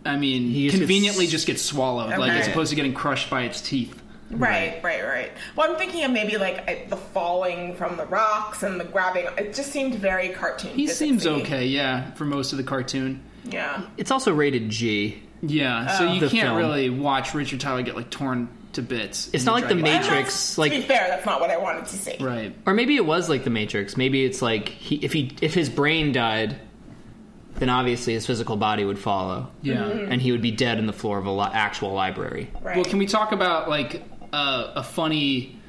S2: I mean,
S3: just
S2: conveniently
S3: gets-
S2: just gets swallowed, like
S1: Okay.
S2: as opposed to getting crushed by its teeth.
S1: Right, right, right. Well, I'm thinking of maybe like I- the falling from the rocks and the grabbing. It just seemed very cartoon.
S2: He seems
S1: physics-y.
S2: okay, yeah, for most of the cartoon.
S1: Yeah.
S3: It's also rated G.
S2: Yeah,
S1: Oh.
S2: so you
S3: The
S2: can't
S3: film.
S2: really watch Richard Tyler get like torn to bits.
S3: It's
S2: in
S3: not
S2: the
S3: like the
S2: Dragon-
S1: I'm not-
S3: Matrix,
S1: to be
S3: like-
S1: fair, that's not what I wanted to see.
S2: Right.
S3: Or maybe it was like the Matrix. Maybe it's like he, if he if his brain died, then obviously his physical body would follow,
S2: Yeah.
S3: and he would be dead in the floor of a li- actual library.
S1: Mm-hmm. Right.
S2: Well, can we talk about like uh, a funny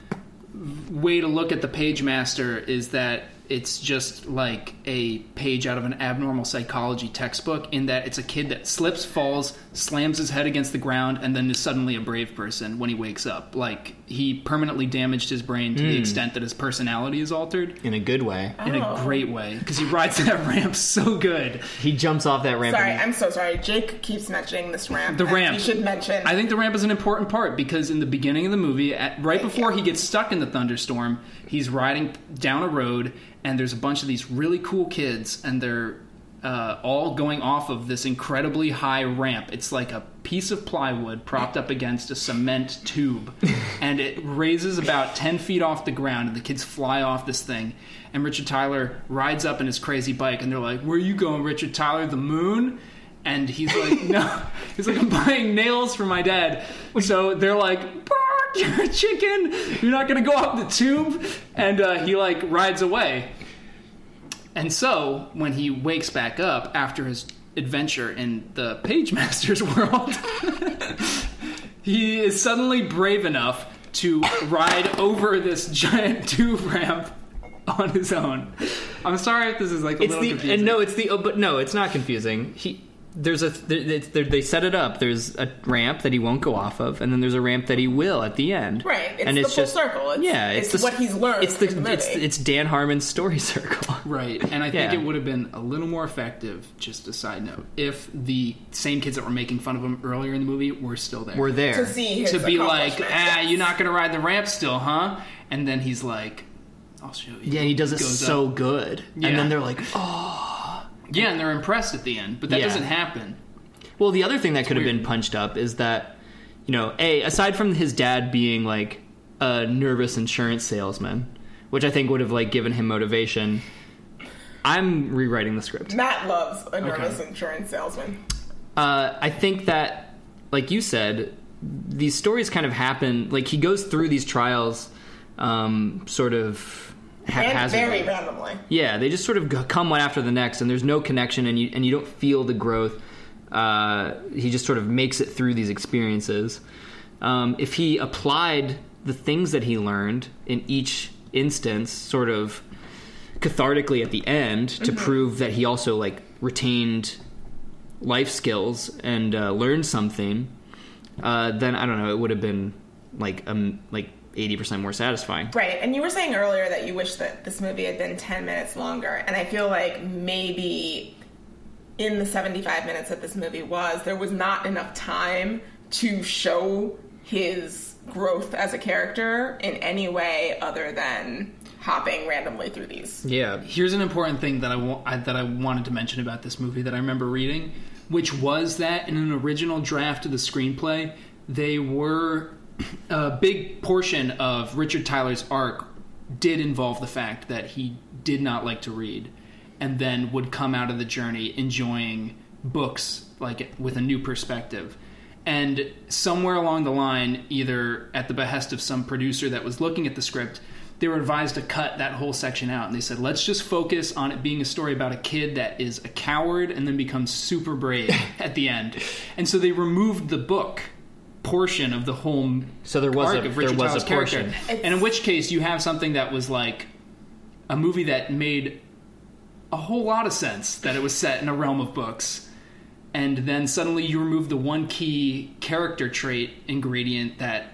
S2: way to look at the page master is that it's just like a page out of an abnormal psychology textbook in that it's a kid that slips, falls, slams his head against the ground and then is suddenly a brave person when he wakes up. Like he permanently damaged his brain to the extent that his personality is altered
S3: In a good way,
S2: in a
S1: Oh.
S2: great way because he rides that ramp so good.
S3: he jumps off that ramp.
S1: Sorry,
S3: and-
S1: I'm so sorry. Jake keeps mentioning this ramp.
S2: The
S1: and
S2: ramp.
S1: You should mention.
S2: I think the ramp is an important part because in the beginning of the movie, at, right before he gets stuck in the thunderstorm, he's riding down a road and there's a bunch of these really cool kids and they're uh, all going off of this incredibly high ramp. It's like a piece of plywood propped up against a cement tube and it raises about 10 feet off the ground and the kids fly off this thing. And Richard Tyler rides up in his crazy bike and they're like, Where are you going, Richard Tyler? The moon? And he's like, no. He's like, I'm buying nails for my dad. So they're like, "Bark, you're a chicken. You're not going to go up the tube. And uh, he like rides away. And so when he wakes back up after his adventure in the Page Master's world, he is suddenly brave enough to ride over this giant tube ramp on his own. I'm sorry if this is like a
S3: It's
S2: little
S3: the
S2: confusing.
S3: and no, it's the oh, but no, it's not confusing. He there's a there, it's- there, they set it up. There's a ramp that he won't go off of, and then there's a ramp that he will at the end.
S1: Right, it's
S3: and
S1: the
S3: it's
S1: full
S3: just
S1: circle. It's-
S3: yeah, it's,
S1: it's
S3: the-
S1: what he's learned
S3: It's the,
S1: in the
S3: it's
S1: movie.
S3: it's Dan Harmon's story circle.
S2: Right, and I think
S3: Yeah.
S2: it would have been a little more effective. Just a side note, if the same kids that were making fun of him earlier in the movie were still there,
S3: We're there.
S1: to see his
S2: to be like,
S1: accomplishments.
S2: ah, you're not gonna ride the ramp still, huh? And then he's like, I'll show you.
S3: Yeah, and he does it
S2: Goes
S3: so
S2: up.
S3: good.
S2: Yeah.
S3: And then they're like, oh.
S2: yeah, and they're impressed at the end, but that
S3: Yeah.
S2: doesn't happen.
S3: Well, the other thing that could have been
S2: weird.
S3: punched up is that, you know, A, aside from his dad being like a nervous insurance salesman, which I think would have like given him motivation, I'm rewriting the script.
S1: Matt loves a nervous insurance salesman.
S3: Uh, I think that, like you said, these stories kind of happen. Like he goes through these trials, um, sort of
S1: And
S3: haphazardly.
S1: very randomly.
S3: Yeah, they just sort of g- come one after the next, and there's no connection, and you and you don't feel the growth. Uh, he just sort of makes it through these experiences. Um, if he applied the things that he learned in each instance, sort of cathartically at the end, to prove that he also like retained life skills and uh, learned something, uh, then I don't know, it would have been like um like eighty percent more satisfying.
S1: Right, and you were saying earlier that you wish that this movie had been 10 minutes longer, and I feel like maybe in the 75 minutes that this movie was, there was not enough time to show his growth as a character in any way other than hopping randomly through these.
S3: Yeah,
S2: Here's an important thing that I, wa- I that I wanted to mention about this movie that I remember reading, which was that in an original draft of the screenplay, they were a big portion of Richard Tyler's arc did involve the fact that he did not like to read, and then would come out of the journey enjoying books like with a new perspective. And somewhere along the line, either at the behest of some producer that was looking at the script, they were advised to cut that whole section out. And they said, let's just focus on it being a story about a kid that is a coward and then becomes super brave at the end. And so they removed the book portion of the whole
S3: So there was
S2: arc
S3: a-
S2: of Richard
S3: there
S2: Tyler's
S3: was a portion.
S2: character. And in which case, you have something that was like a movie that made a whole lot of sense that it was set in a realm of books and then suddenly you remove the one key character trait ingredient that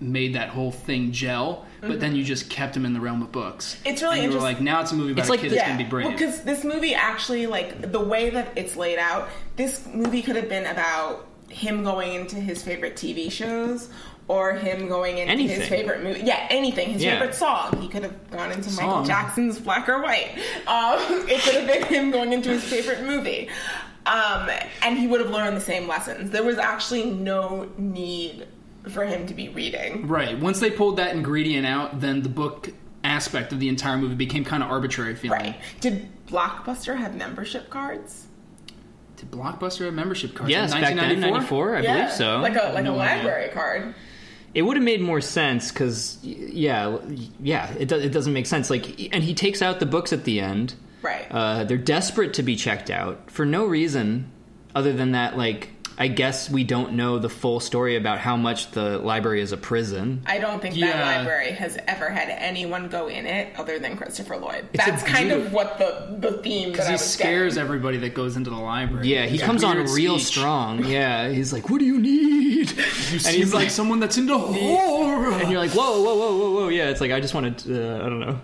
S2: made that whole thing gel but then you just kept him in the realm of books
S1: Mm-hmm. It's really
S2: and you were
S1: interest-
S2: like now it's a movie about
S3: It's
S2: a
S3: like
S2: kid
S3: the-
S2: that's gonna be brave
S1: Because this movie actually, like, the way that it's laid out, this movie could have been about him going into his favorite TV shows or him going into
S3: Anything.
S1: his favorite movie. Yeah, anything. His
S3: Yeah.
S1: favorite song. He could have gone into Michael
S2: Song.
S1: Jackson's Black or White. Um, it could have been him going into his favorite movie. Um, and he would have learned the same lessons. There was actually no need for him to be reading.
S2: Right. Once they pulled that ingredient out, then the book aspect of the entire movie became kind of arbitrary feeling.
S1: Right. Did Blockbuster have membership cards?
S2: Did Blockbuster have membership cards?
S3: Yes,
S2: in
S3: back then,
S2: 1994?
S3: 94, I
S1: yeah,
S3: believe so.
S1: Like a like
S2: No
S1: a
S2: idea.
S1: library card.
S3: it would have made more sense because, yeah, l- yeah, it, do- it doesn't make sense. Like, and he takes out the books at the end.
S1: Right.
S3: Uh, they're desperate to be checked out for no reason other than that, like, I guess we don't know the full story about how much the library is a prison.
S1: I don't think that
S2: yeah.
S1: library has ever had anyone go in it other than Christopher Lloyd.
S2: a
S1: That's kind
S2: dude.
S1: of what the the theme that
S2: Because
S1: I
S2: he
S1: was
S2: scares
S1: getting.
S2: everybody that goes into the library.
S3: Yeah, he
S2: It's
S3: comes on
S2: weird
S3: real
S2: speech.
S3: strong. Yeah, he's like, "What do you need?"
S2: You
S3: and
S2: seem
S3: he's
S2: like
S3: like,
S2: someone that's into horror.
S3: and you're like, "Whoa, whoa, whoa, whoa, whoa!" Yeah, it's like I just want to. Uh, I don't know.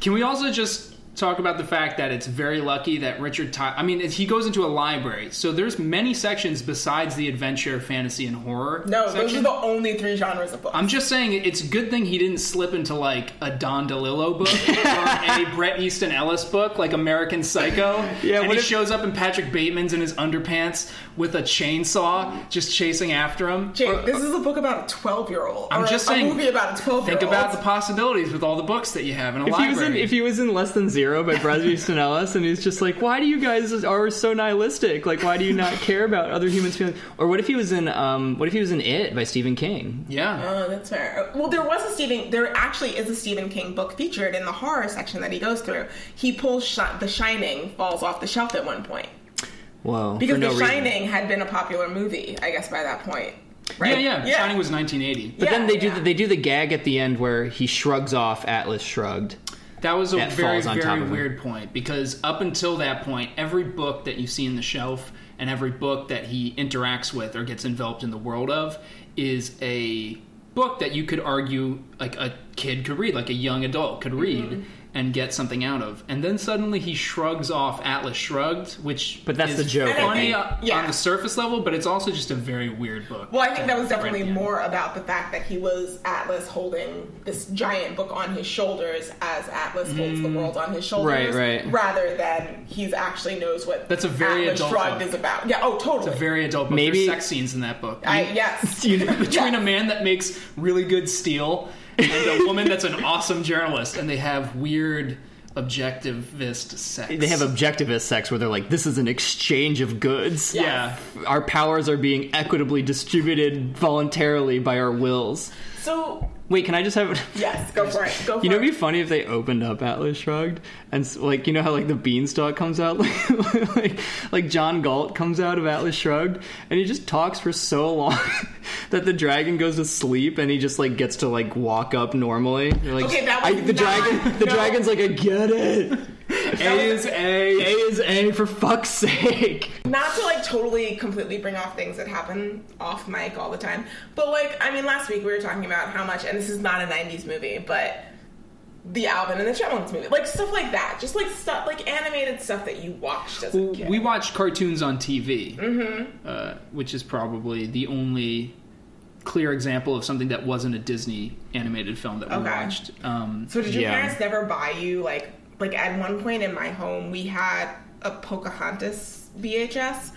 S2: Can we also just talk about the fact that it's very lucky that Richard Ty- I mean, it- he goes into a library, so there's many sections besides the adventure, fantasy, and horror.
S1: No, those
S2: section.
S1: are the only three genres of books.
S2: I'm just saying it's a good thing he didn't slip into like a Don DeLillo book or a Brett Easton Ellis book, like American Psycho.
S3: Yeah,
S2: and
S3: what
S2: he
S3: if-
S2: shows up in Patrick Bateman's in his underpants with a chainsaw, just chasing after him.
S1: Jake, this is a book about a 12 year old.
S2: uh, I'm just saying,
S1: A movie about a 12 year old.
S2: Think about the possibilities with all the books that you have in a
S3: If he
S2: library.
S3: was in, if he was in less than zero by Brad Easton Ellis, and he's just like, "Why do you guys are so nihilistic? Like, why do you not care about other humans' feelings?" Or what if he was in, um, what if he was in It by Stephen King?
S2: yeah.
S1: Oh, that's fair. Well, there was a Stephen. There actually is a Stephen King book featured in the horror section that he goes through. He pulls sh- The Shining falls off the shelf at one point
S3: Whoa,
S1: because
S3: for no
S1: The
S3: reason.
S1: Shining had been a popular movie, I guess, by that point.
S2: yeah,
S1: Right?
S2: yeah, Shining was 1980.
S3: But then
S1: Yeah,
S3: they do
S1: yeah.
S3: the, they do the gag at the end where he shrugs off Atlas shrugged.
S2: That was a
S3: That
S2: very,
S3: falls on top
S2: very
S3: of it.
S2: weird point because up until that point, every book that you see in the shelf and every book that he interacts with or gets enveloped in the world of is a book that you could argue like a kid could read, like a young adult could
S1: Mm-hmm.
S2: read and get something out of. And then suddenly he shrugs off Atlas Shrugged, which
S3: But that's
S2: is
S3: the joke, I
S2: Funny
S3: think.
S2: uh,
S1: Yeah.
S2: on the surface level, but it's also just a very weird book.
S1: Well, I think that was
S2: Right at
S1: definitely
S2: the end.
S1: more about the fact that he was Atlas holding this giant book on his shoulders as Atlas holds
S2: Mm.
S1: the world on his shoulders.
S3: Right, right.
S1: Rather than he's actually knows what
S2: That's a very
S1: Atlas
S2: adult
S1: Shrugged
S2: book.
S1: is about. Yeah, oh, totally.
S2: a very adult book.
S3: Maybe-
S2: There's sex scenes in that book.
S1: I, yes.
S2: you know, between a man that makes really good steel and a woman that's an awesome journalist, and they have weird objectivist sex.
S3: They have objectivist sex where they're like, "This is an exchange of goods.
S2: yeah.
S3: Our powers are being equitably distributed voluntarily by our wills."
S1: So,
S3: Wait, can I just have?
S1: yes, go for it. Go for
S3: You know,
S1: it.
S3: it'd be funny if they opened up Atlas Shrugged and s- like you know how like the beanstalk comes out, like like, like John Galt comes out of Atlas Shrugged, and he just talks for so long that the dragon goes to sleep and he just like gets to like walk up normally. You're like,
S1: Okay, that
S3: I-
S1: was
S3: the
S1: not-
S3: dragon. The
S1: no.
S3: dragon's like, I get it.
S2: A is
S3: A
S2: A.
S3: is A for fuck's sake.
S1: not to like totally completely bring off things that happen off mic all the time, but like I mean, last week we were talking about how much, and this is not a '90s movie, but the Alvin and the Chipmunks movie, like stuff like that, just like stuff like animated stuff that you watched as a kid.
S2: We watched cartoons on TV,
S1: Mm-hmm.
S2: uh, which is probably the only clear example of something that wasn't a Disney animated film that we
S1: Okay.
S2: watched. Um,
S1: so did your
S3: Yeah.
S1: parents never buy you like like at one point in my home we had a Pocahontas VHS.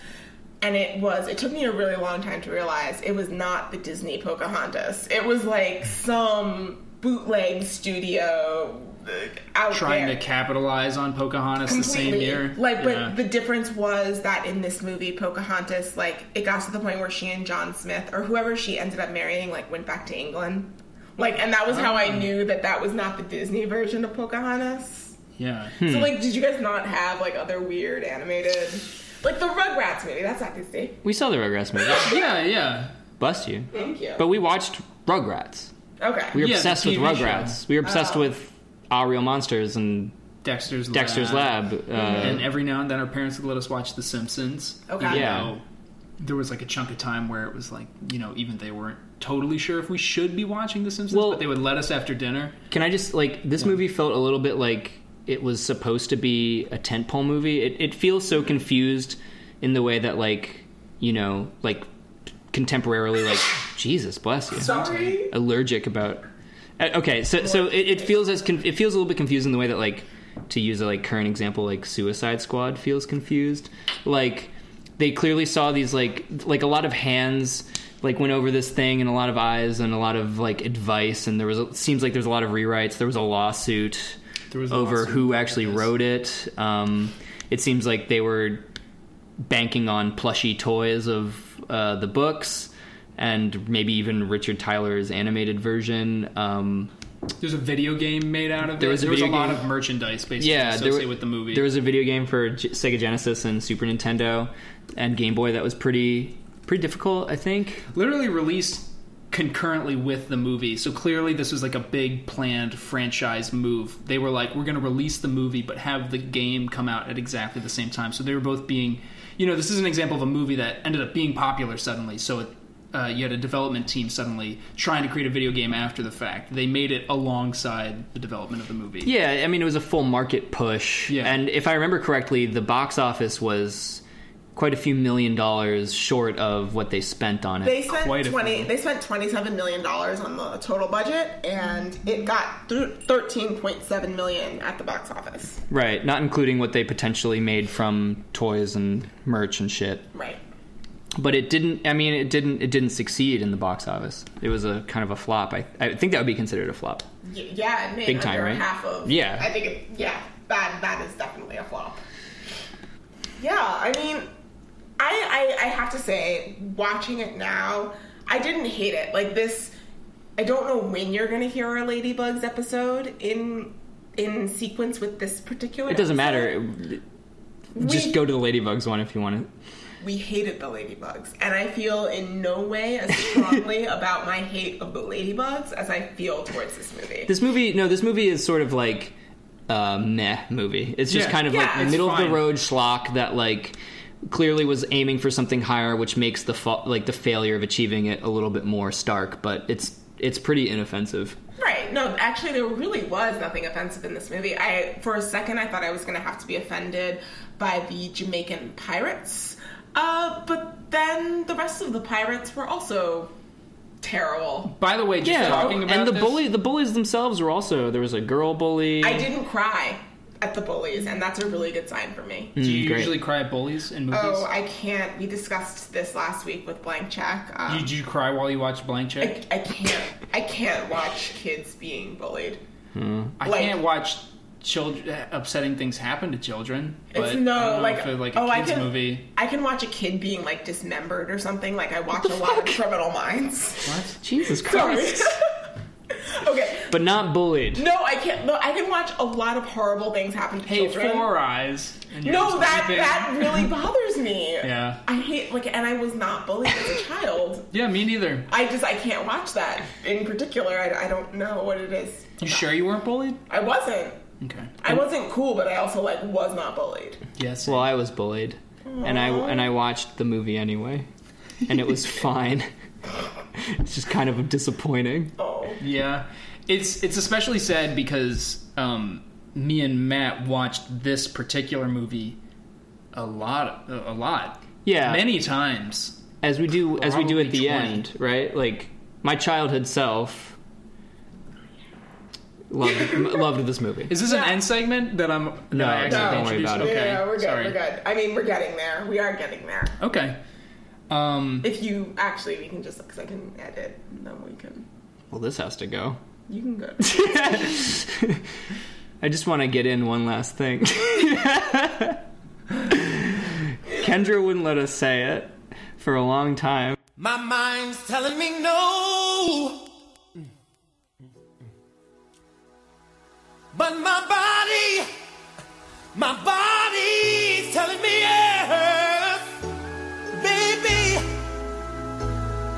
S1: And it was, it took me a really long time to realize it was not the Disney Pocahontas. It was like some bootleg studio uh, out
S2: trying
S1: there.
S2: to capitalize on Pocahontas the same
S1: Completely.
S2: year.
S1: Like, but
S2: Yeah.
S1: the difference was that in this movie, Pocahontas, like, it got to the point where she and John Smith, or whoever she ended up marrying, like, went back to England. Like, and that was how
S2: Oh.
S1: I knew that that was not the Disney version of Pocahontas.
S2: yeah.
S3: Hmm.
S1: So, like, did you guys not have, like, other weird animated. Like, the Rugrats movie, that's not Disney.
S3: We saw the Rugrats movie.
S2: yeah, yeah.
S3: Bless you.
S1: Thank you.
S3: But we watched Rugrats.
S1: okay.
S3: We were
S2: Yeah, the
S3: obsessed with
S2: TV show.
S3: Rugrats. We were obsessed
S1: Uh-huh.
S3: with Our Real Monsters and
S2: Dexter's
S3: Dexter's Lab. Uh,
S2: and every now and then our parents would let us watch The Simpsons.
S1: Okay.
S2: Even
S3: Yeah.
S2: though There was like a chunk of time where it was like, you know, even they weren't totally sure if we should be watching The Simpsons,
S3: Well-
S2: but they would let us after dinner.
S3: Can I just like this movie felt a little bit like it was supposed to be a tentpole movie. It it feels so confused in the way that like you know like contemporarily like Jesus bless you
S1: Sorry.
S3: allergic about. Uh, okay, so so it, it feels as con- it feels a little bit confused in the way that like to use a like current example like Suicide Squad feels confused. Like they clearly saw these like like a lot of hands like went over this thing and a lot of eyes and a lot of like advice and there was a, seems like there's a lot of rewrites. There was a lawsuit
S2: There was a
S3: over
S2: lawsuit
S3: who
S2: about
S3: actually
S2: this.
S3: wrote it. Um, it seems like they were banking on plushy toys of uh, the books and maybe even Richard Tyler's animated version. Um,
S2: There's a video game made out of
S3: There
S2: it.
S3: was a
S2: there was a
S3: video
S2: lot
S3: game-
S2: of merchandise basically
S3: yeah, there,
S2: associated
S3: were-
S2: with the movie.
S3: there was a video game for G- Sega Genesis and Super Nintendo and Game Boy that was pretty pretty difficult, I think.
S2: literally released concurrently with the movie. So clearly, this was like a big planned franchise move. They were like, we're going to release the movie, but have the game come out at exactly the same time. So they were both being, you know, this is an example of a movie that ended up being popular suddenly. So it, uh, you had a development team suddenly trying to create a video game after the fact. They made it alongside the development of the movie.
S3: Yeah, I mean, it was a full market push.
S2: Yeah.
S3: And if I remember correctly, the box office was quite a few million dollars short of what they spent on it.
S1: They spent
S2: Quite a
S1: twenty.
S2: few.
S1: They spent twenty-seven million dollars on the total budget, and it got thirteen point seven million at the box office.
S3: right, not including what they potentially made from toys and merch and shit.
S1: Right.
S3: But it didn't I mean, it didn't it didn't succeed in the box office. It was a kind of a flop. I I think that would be considered a flop.
S1: Y- yeah, it made
S3: Big
S1: under
S3: time, right?
S1: half of.
S3: Yeah.
S1: I think. It, yeah, that that is definitely a flop. Yeah, I mean, I, I I have to say, watching it now, I didn't hate it. Like this, I don't know when you're gonna hear our Ladybugs episode in in sequence with this particular.
S3: It doesn't
S1: episode.
S3: matter. Just
S1: We-
S3: go to the Ladybugs one if you want to.
S1: we hated the ladybugs and i feel in no way as strongly about my hate of the ladybugs as i feel towards this movie
S3: This movie, no, this movie is sort of like a meh movie. It's just
S2: Yeah.
S3: kind of
S1: Yeah,
S3: like
S1: it's
S3: middle of
S2: fine.
S3: the road schlock that like clearly was aiming for something higher, which makes the fa- like the failure of achieving it a little bit more stark. But it's it's pretty inoffensive.
S1: right no actually there really was nothing offensive in this movie i for a second i thought i was going to have to be offended by the jamaican pirates uh, but then the rest of the pirates were also terrible
S2: By the way, just
S3: Yeah,
S2: talking about
S3: and the
S2: this-
S3: bully, the bullies themselves were also there was a girl bully.
S1: i didn't cry at the bullies and that's a really good sign for me
S2: Do you
S3: Mm, great.
S2: usually cry at bullies in movies?
S1: oh i can't we discussed this last week with blank check um,
S2: Did you cry while you watched Blank Check?
S1: I, I can't I can't watch kids being bullied.
S2: I
S1: Like-
S2: can't watch children upsetting things happen to children. But
S1: It's no
S2: I don't know
S1: like
S2: if, uh, like a
S1: oh I
S2: kids
S1: can
S2: movie.
S1: I can watch a kid being like dismembered or something. Like I watch a lot of Criminal Minds.
S3: Jesus
S1: Sorry.
S3: Christ!
S1: okay.
S3: but not bullied.
S1: No, I can't. No, I can watch a lot of horrible things happen to
S2: Hey,
S1: children.
S2: four eyes. And you're
S1: no,
S2: just
S1: that
S2: weeping.
S1: that really bothers me.
S2: Yeah.
S1: I hate like, and I was not bullied as a child.
S2: Yeah, me neither.
S1: I just I can't watch that in particular. I, I don't know what it is.
S2: You sure you weren't bullied?
S1: I wasn't.
S2: Okay.
S1: I wasn't cool, but I also like was not bullied.
S2: Yes.
S3: Well, I was bullied, and I and I watched the movie anyway, and it was fine. it's just kind of disappointing.
S1: Oh.
S2: Yeah, it's it's especially sad because um, me and Matt watched this particular movie a lot, a lot,
S3: Yeah,
S2: many times.
S3: as we do as we do at
S2: Probably 20.
S3: the end, right? Like my childhood self loved m- loved this movie.
S2: Is this an end segment that I'm? that
S3: No,
S2: I accidentally
S3: don't worry
S2: introduced?
S3: about it.
S2: Okay,
S1: Yeah, we're good.
S2: Sorry.
S1: We're good. I mean, we're getting there. We are getting there.
S2: Okay. Um,
S1: If you actually, we can just because I can edit, and then we can.
S3: Well, this has to go.
S1: You can go.
S3: I just want to get in one last thing. Kendra wouldn't let us say it for a long time.
S5: My mind's telling me no. But my body, my body's telling me yes. Baby,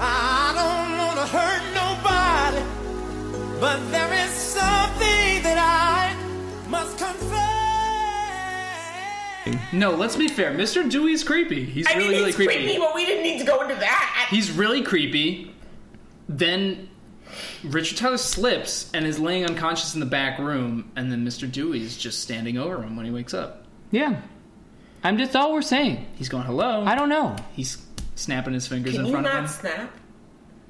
S5: I don't want to hurt nobody. But there is something that I must confess.
S2: no, let's be fair. Mr. Dewey's creepy. He's
S1: I
S2: really,
S1: mean,
S2: really
S1: it's creepy. but we didn't need to go into that.
S2: he's really creepy. Then Richard Tyler slips and is laying unconscious in the back room, and then Mr. Dewey's just standing over him when he wakes up.
S3: Yeah, I'm just all we're saying.
S2: He's going, "Hello."
S3: I don't know.
S2: He's snapping his fingers
S1: Can
S2: in
S1: you
S2: front of him.
S1: not snap?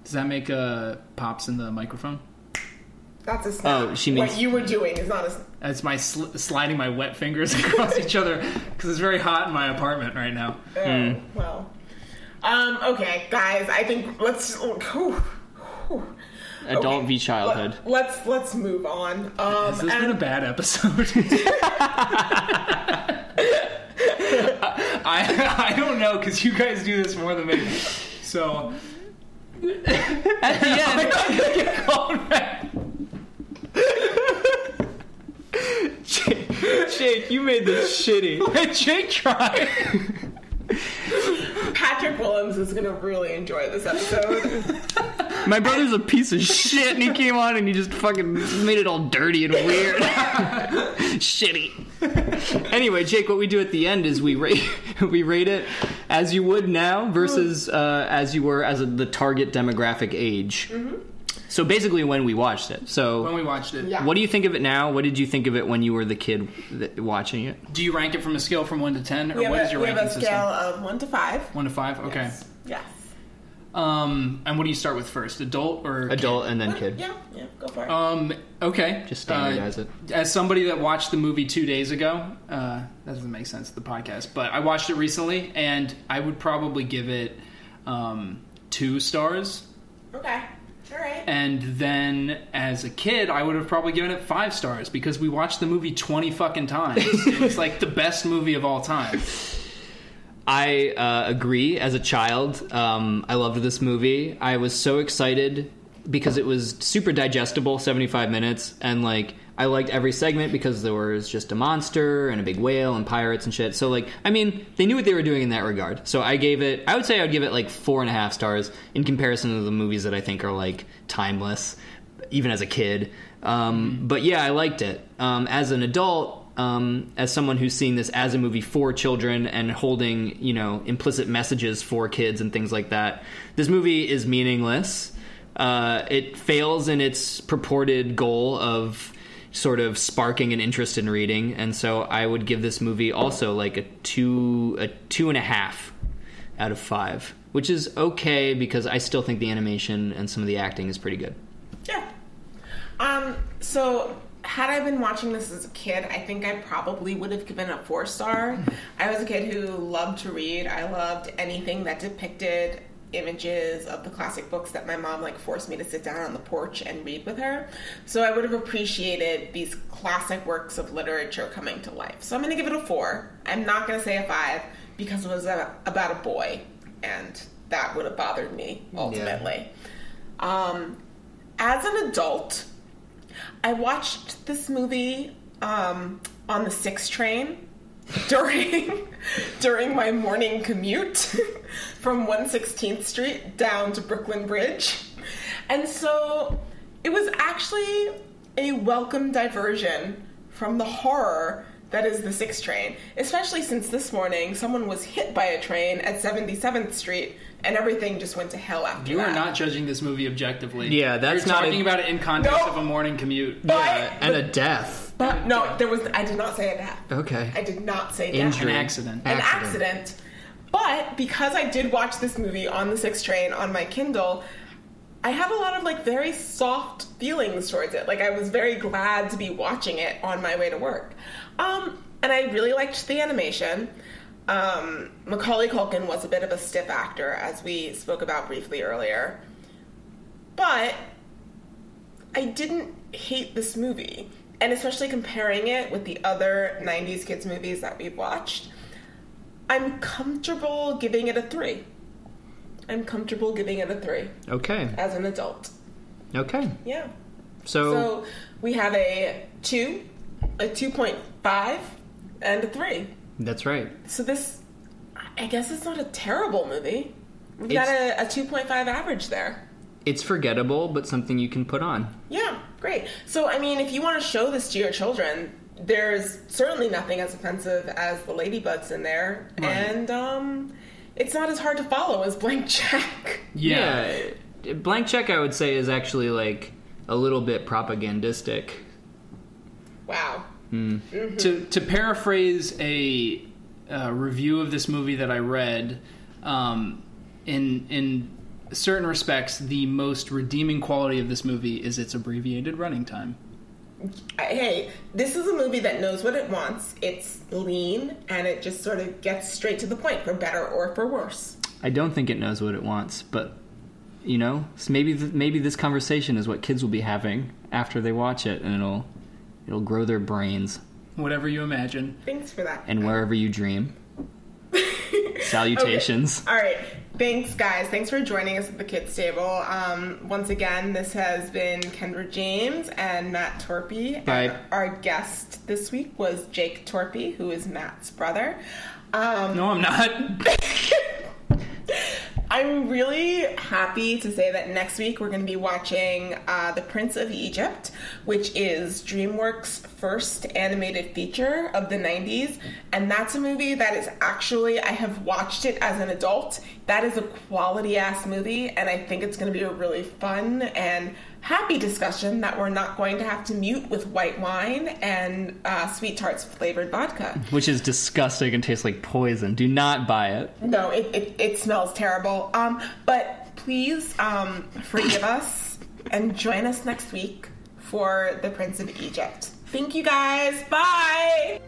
S2: Does that make uh, pops in the microphone?
S1: That's a snap.
S3: Oh, she means-
S1: what you were doing is not a. s-
S2: It's my sl- sliding my wet fingers across each other because it's very hot in my apartment right now.
S1: Oh, well. Uh, Um, okay, guys, I think let's. whew, whew.
S3: Adult
S1: Okay.
S3: v childhood.
S1: Let, us let's move on. Um,
S2: This has been a
S1: and-
S2: bad episode. I I don't know because you guys do this more than me. So
S3: At the end, Jake, Jake, you made this shitty.
S2: let Jake try.
S1: Patrick Willems is gonna really enjoy this episode.
S3: My brother's a piece of shit, and he came on and he just fucking made it all dirty and weird. Shitty. anyway, Jake, what we do at the end is we rate we rate it as you would now versus uh, as you were as a, the target demographic age.
S1: Mm-hmm.
S3: So basically, when we watched it.
S2: When
S3: So,
S2: we watched it,
S1: Yeah.
S3: what do you think of it now? What did you think of it when you were the kid that, watching it?
S2: do you rank it from a scale from one to ten, or
S1: we have,
S2: what
S1: a,
S2: is your
S1: we have
S2: ranking
S1: a
S2: system?
S1: scale of one to five.
S2: One to five. Okay.
S1: Yes.
S2: Um, and what do you start with first, adult or
S3: Adult and then kid.
S1: Uh, Yeah, yeah, go for it.
S2: Um, okay.
S3: Just
S2: Uh,
S3: standardize it.
S2: As somebody that watched the movie two days ago, uh, that doesn't make sense to the podcast, but I watched it recently, and I would probably give it um, two stars.
S1: okay. All right.
S2: And then as a kid, I would have probably given it five stars because we watched the movie 20 fucking times. it was like the best movie of all time.
S3: I uh, agree. As a child, um, I loved this movie. I was so excited because it was super digestible, seventy-five minutes, and like I liked every segment because there was just a monster and a big whale and pirates and shit. So like, I mean, they knew what they were doing in that regard. So I gave it. I would say I would give it like four and a half stars in comparison to the movies that I think are like timeless, even as a kid. Um, but yeah, I liked it. Um, as an adult, um, as someone who's seen this as a movie for children and holding you know implicit messages for kids and things like that this movie is meaningless uh, it fails in its purported goal of sort of sparking an interest in reading and so i would give this movie also like a two a two and a half out of five which is okay because i still think the animation and some of the acting is pretty good
S1: Yeah. Um, so had I been watching this as a kid, I think I probably would have given it a four star. I was a kid who loved to read. I loved anything that depicted images of the classic books that my mom like forced me to sit down on the porch and read with her. So I would have appreciated these classic works of literature coming to life. So I'm going to give it a 4. I'm not going to say a 5 because it was a, about a boy and that would have bothered me ultimately. Um as an adult, I watched this movie um, on the six train during during my morning commute from 116th Street down to Brooklyn Bridge. And so it was actually a welcome diversion from the horror that is the six train, especially since this morning someone was hit by a train at 77th Street and everything just went to hell after
S2: You
S1: that.
S2: are not judging this movie objectively.
S3: Yeah, that's
S2: You're
S3: not
S2: talking
S3: a- uh,
S2: about it in context
S1: No.
S2: of a morning commute.
S1: But-
S3: and a death
S1: But no, there was. I did not say that.
S3: okay
S1: I did not say that.
S3: Injury.
S2: An accident.
S1: An
S3: Accident.
S1: accident. But because I did watch this movie on the six train on my Kindle, I have a lot of like very soft feelings towards it. Like I was very glad to be watching it on my way to work. Um, and I really liked the animation. Um, Macaulay Culkin was a bit of a stiff actor, as we spoke about briefly earlier. But I didn't hate this movie. And especially comparing it with the other 90s kids movies that we've watched, I'm comfortable giving it a three. I'm comfortable giving it a three
S3: okay
S1: as an adult.
S3: okay
S1: Yeah.
S3: so
S1: So we have a two, a 2.5, and a three.
S3: that's right
S1: So this, I guess it's not a terrible movie. We've got a, a
S3: It's-
S1: 2.5 average there.
S3: it's forgettable, but something you can put on.
S1: Yeah, great. So, I mean, if you want to show this to your children, there's certainly nothing as offensive as the ladybugs in there, and um, it's not as hard to follow as Blank Jack.
S2: Yeah.
S3: Yeah, Blank Check, I would say, is actually like a little bit propagandistic.
S1: Wow.
S2: To, to paraphrase a uh, review of this movie that I read, um, in, in certain respects, the most redeeming quality of this movie is its abbreviated running time.
S1: I- Hey, this is a movie that knows what it wants. It's lean, and it just sort of gets straight to the point, for better or for worse.
S3: I don't think it knows what it wants, but you know, s- maybe th- maybe this conversation is what kids will be having after they watch it, and it'll it'll grow their brains.
S2: Whatever you imagine.
S1: Thanks for that.
S3: And wherever you dream, salutations.
S1: All right. Thanks, guys. Thanks for joining us at the kids' table. Um, once again, this has been Kendra James and Matt Torpy.
S2: Bye.
S1: And our guest this week was Jake Torpy, who is Matt's brother. Um,
S2: No, I'm not.
S1: I'm really happy to say that next week we're going to be watching uh, The Prince of Egypt, which is DreamWorks' first animated feature of the 90s. And that's a movie that is actually, I have watched it as an adult. That is a quality ass movie, and I think it's going to be a really fun and happy discussion that we're not going to have to mute with white wine and uh, sweet tarts flavored vodka.
S3: Which is disgusting and tastes like poison. Do not buy it.
S1: No, it, it, it smells terrible. Um, but please um, forgive us and join us next week for The Prince of Egypt. Thank you guys. Bye.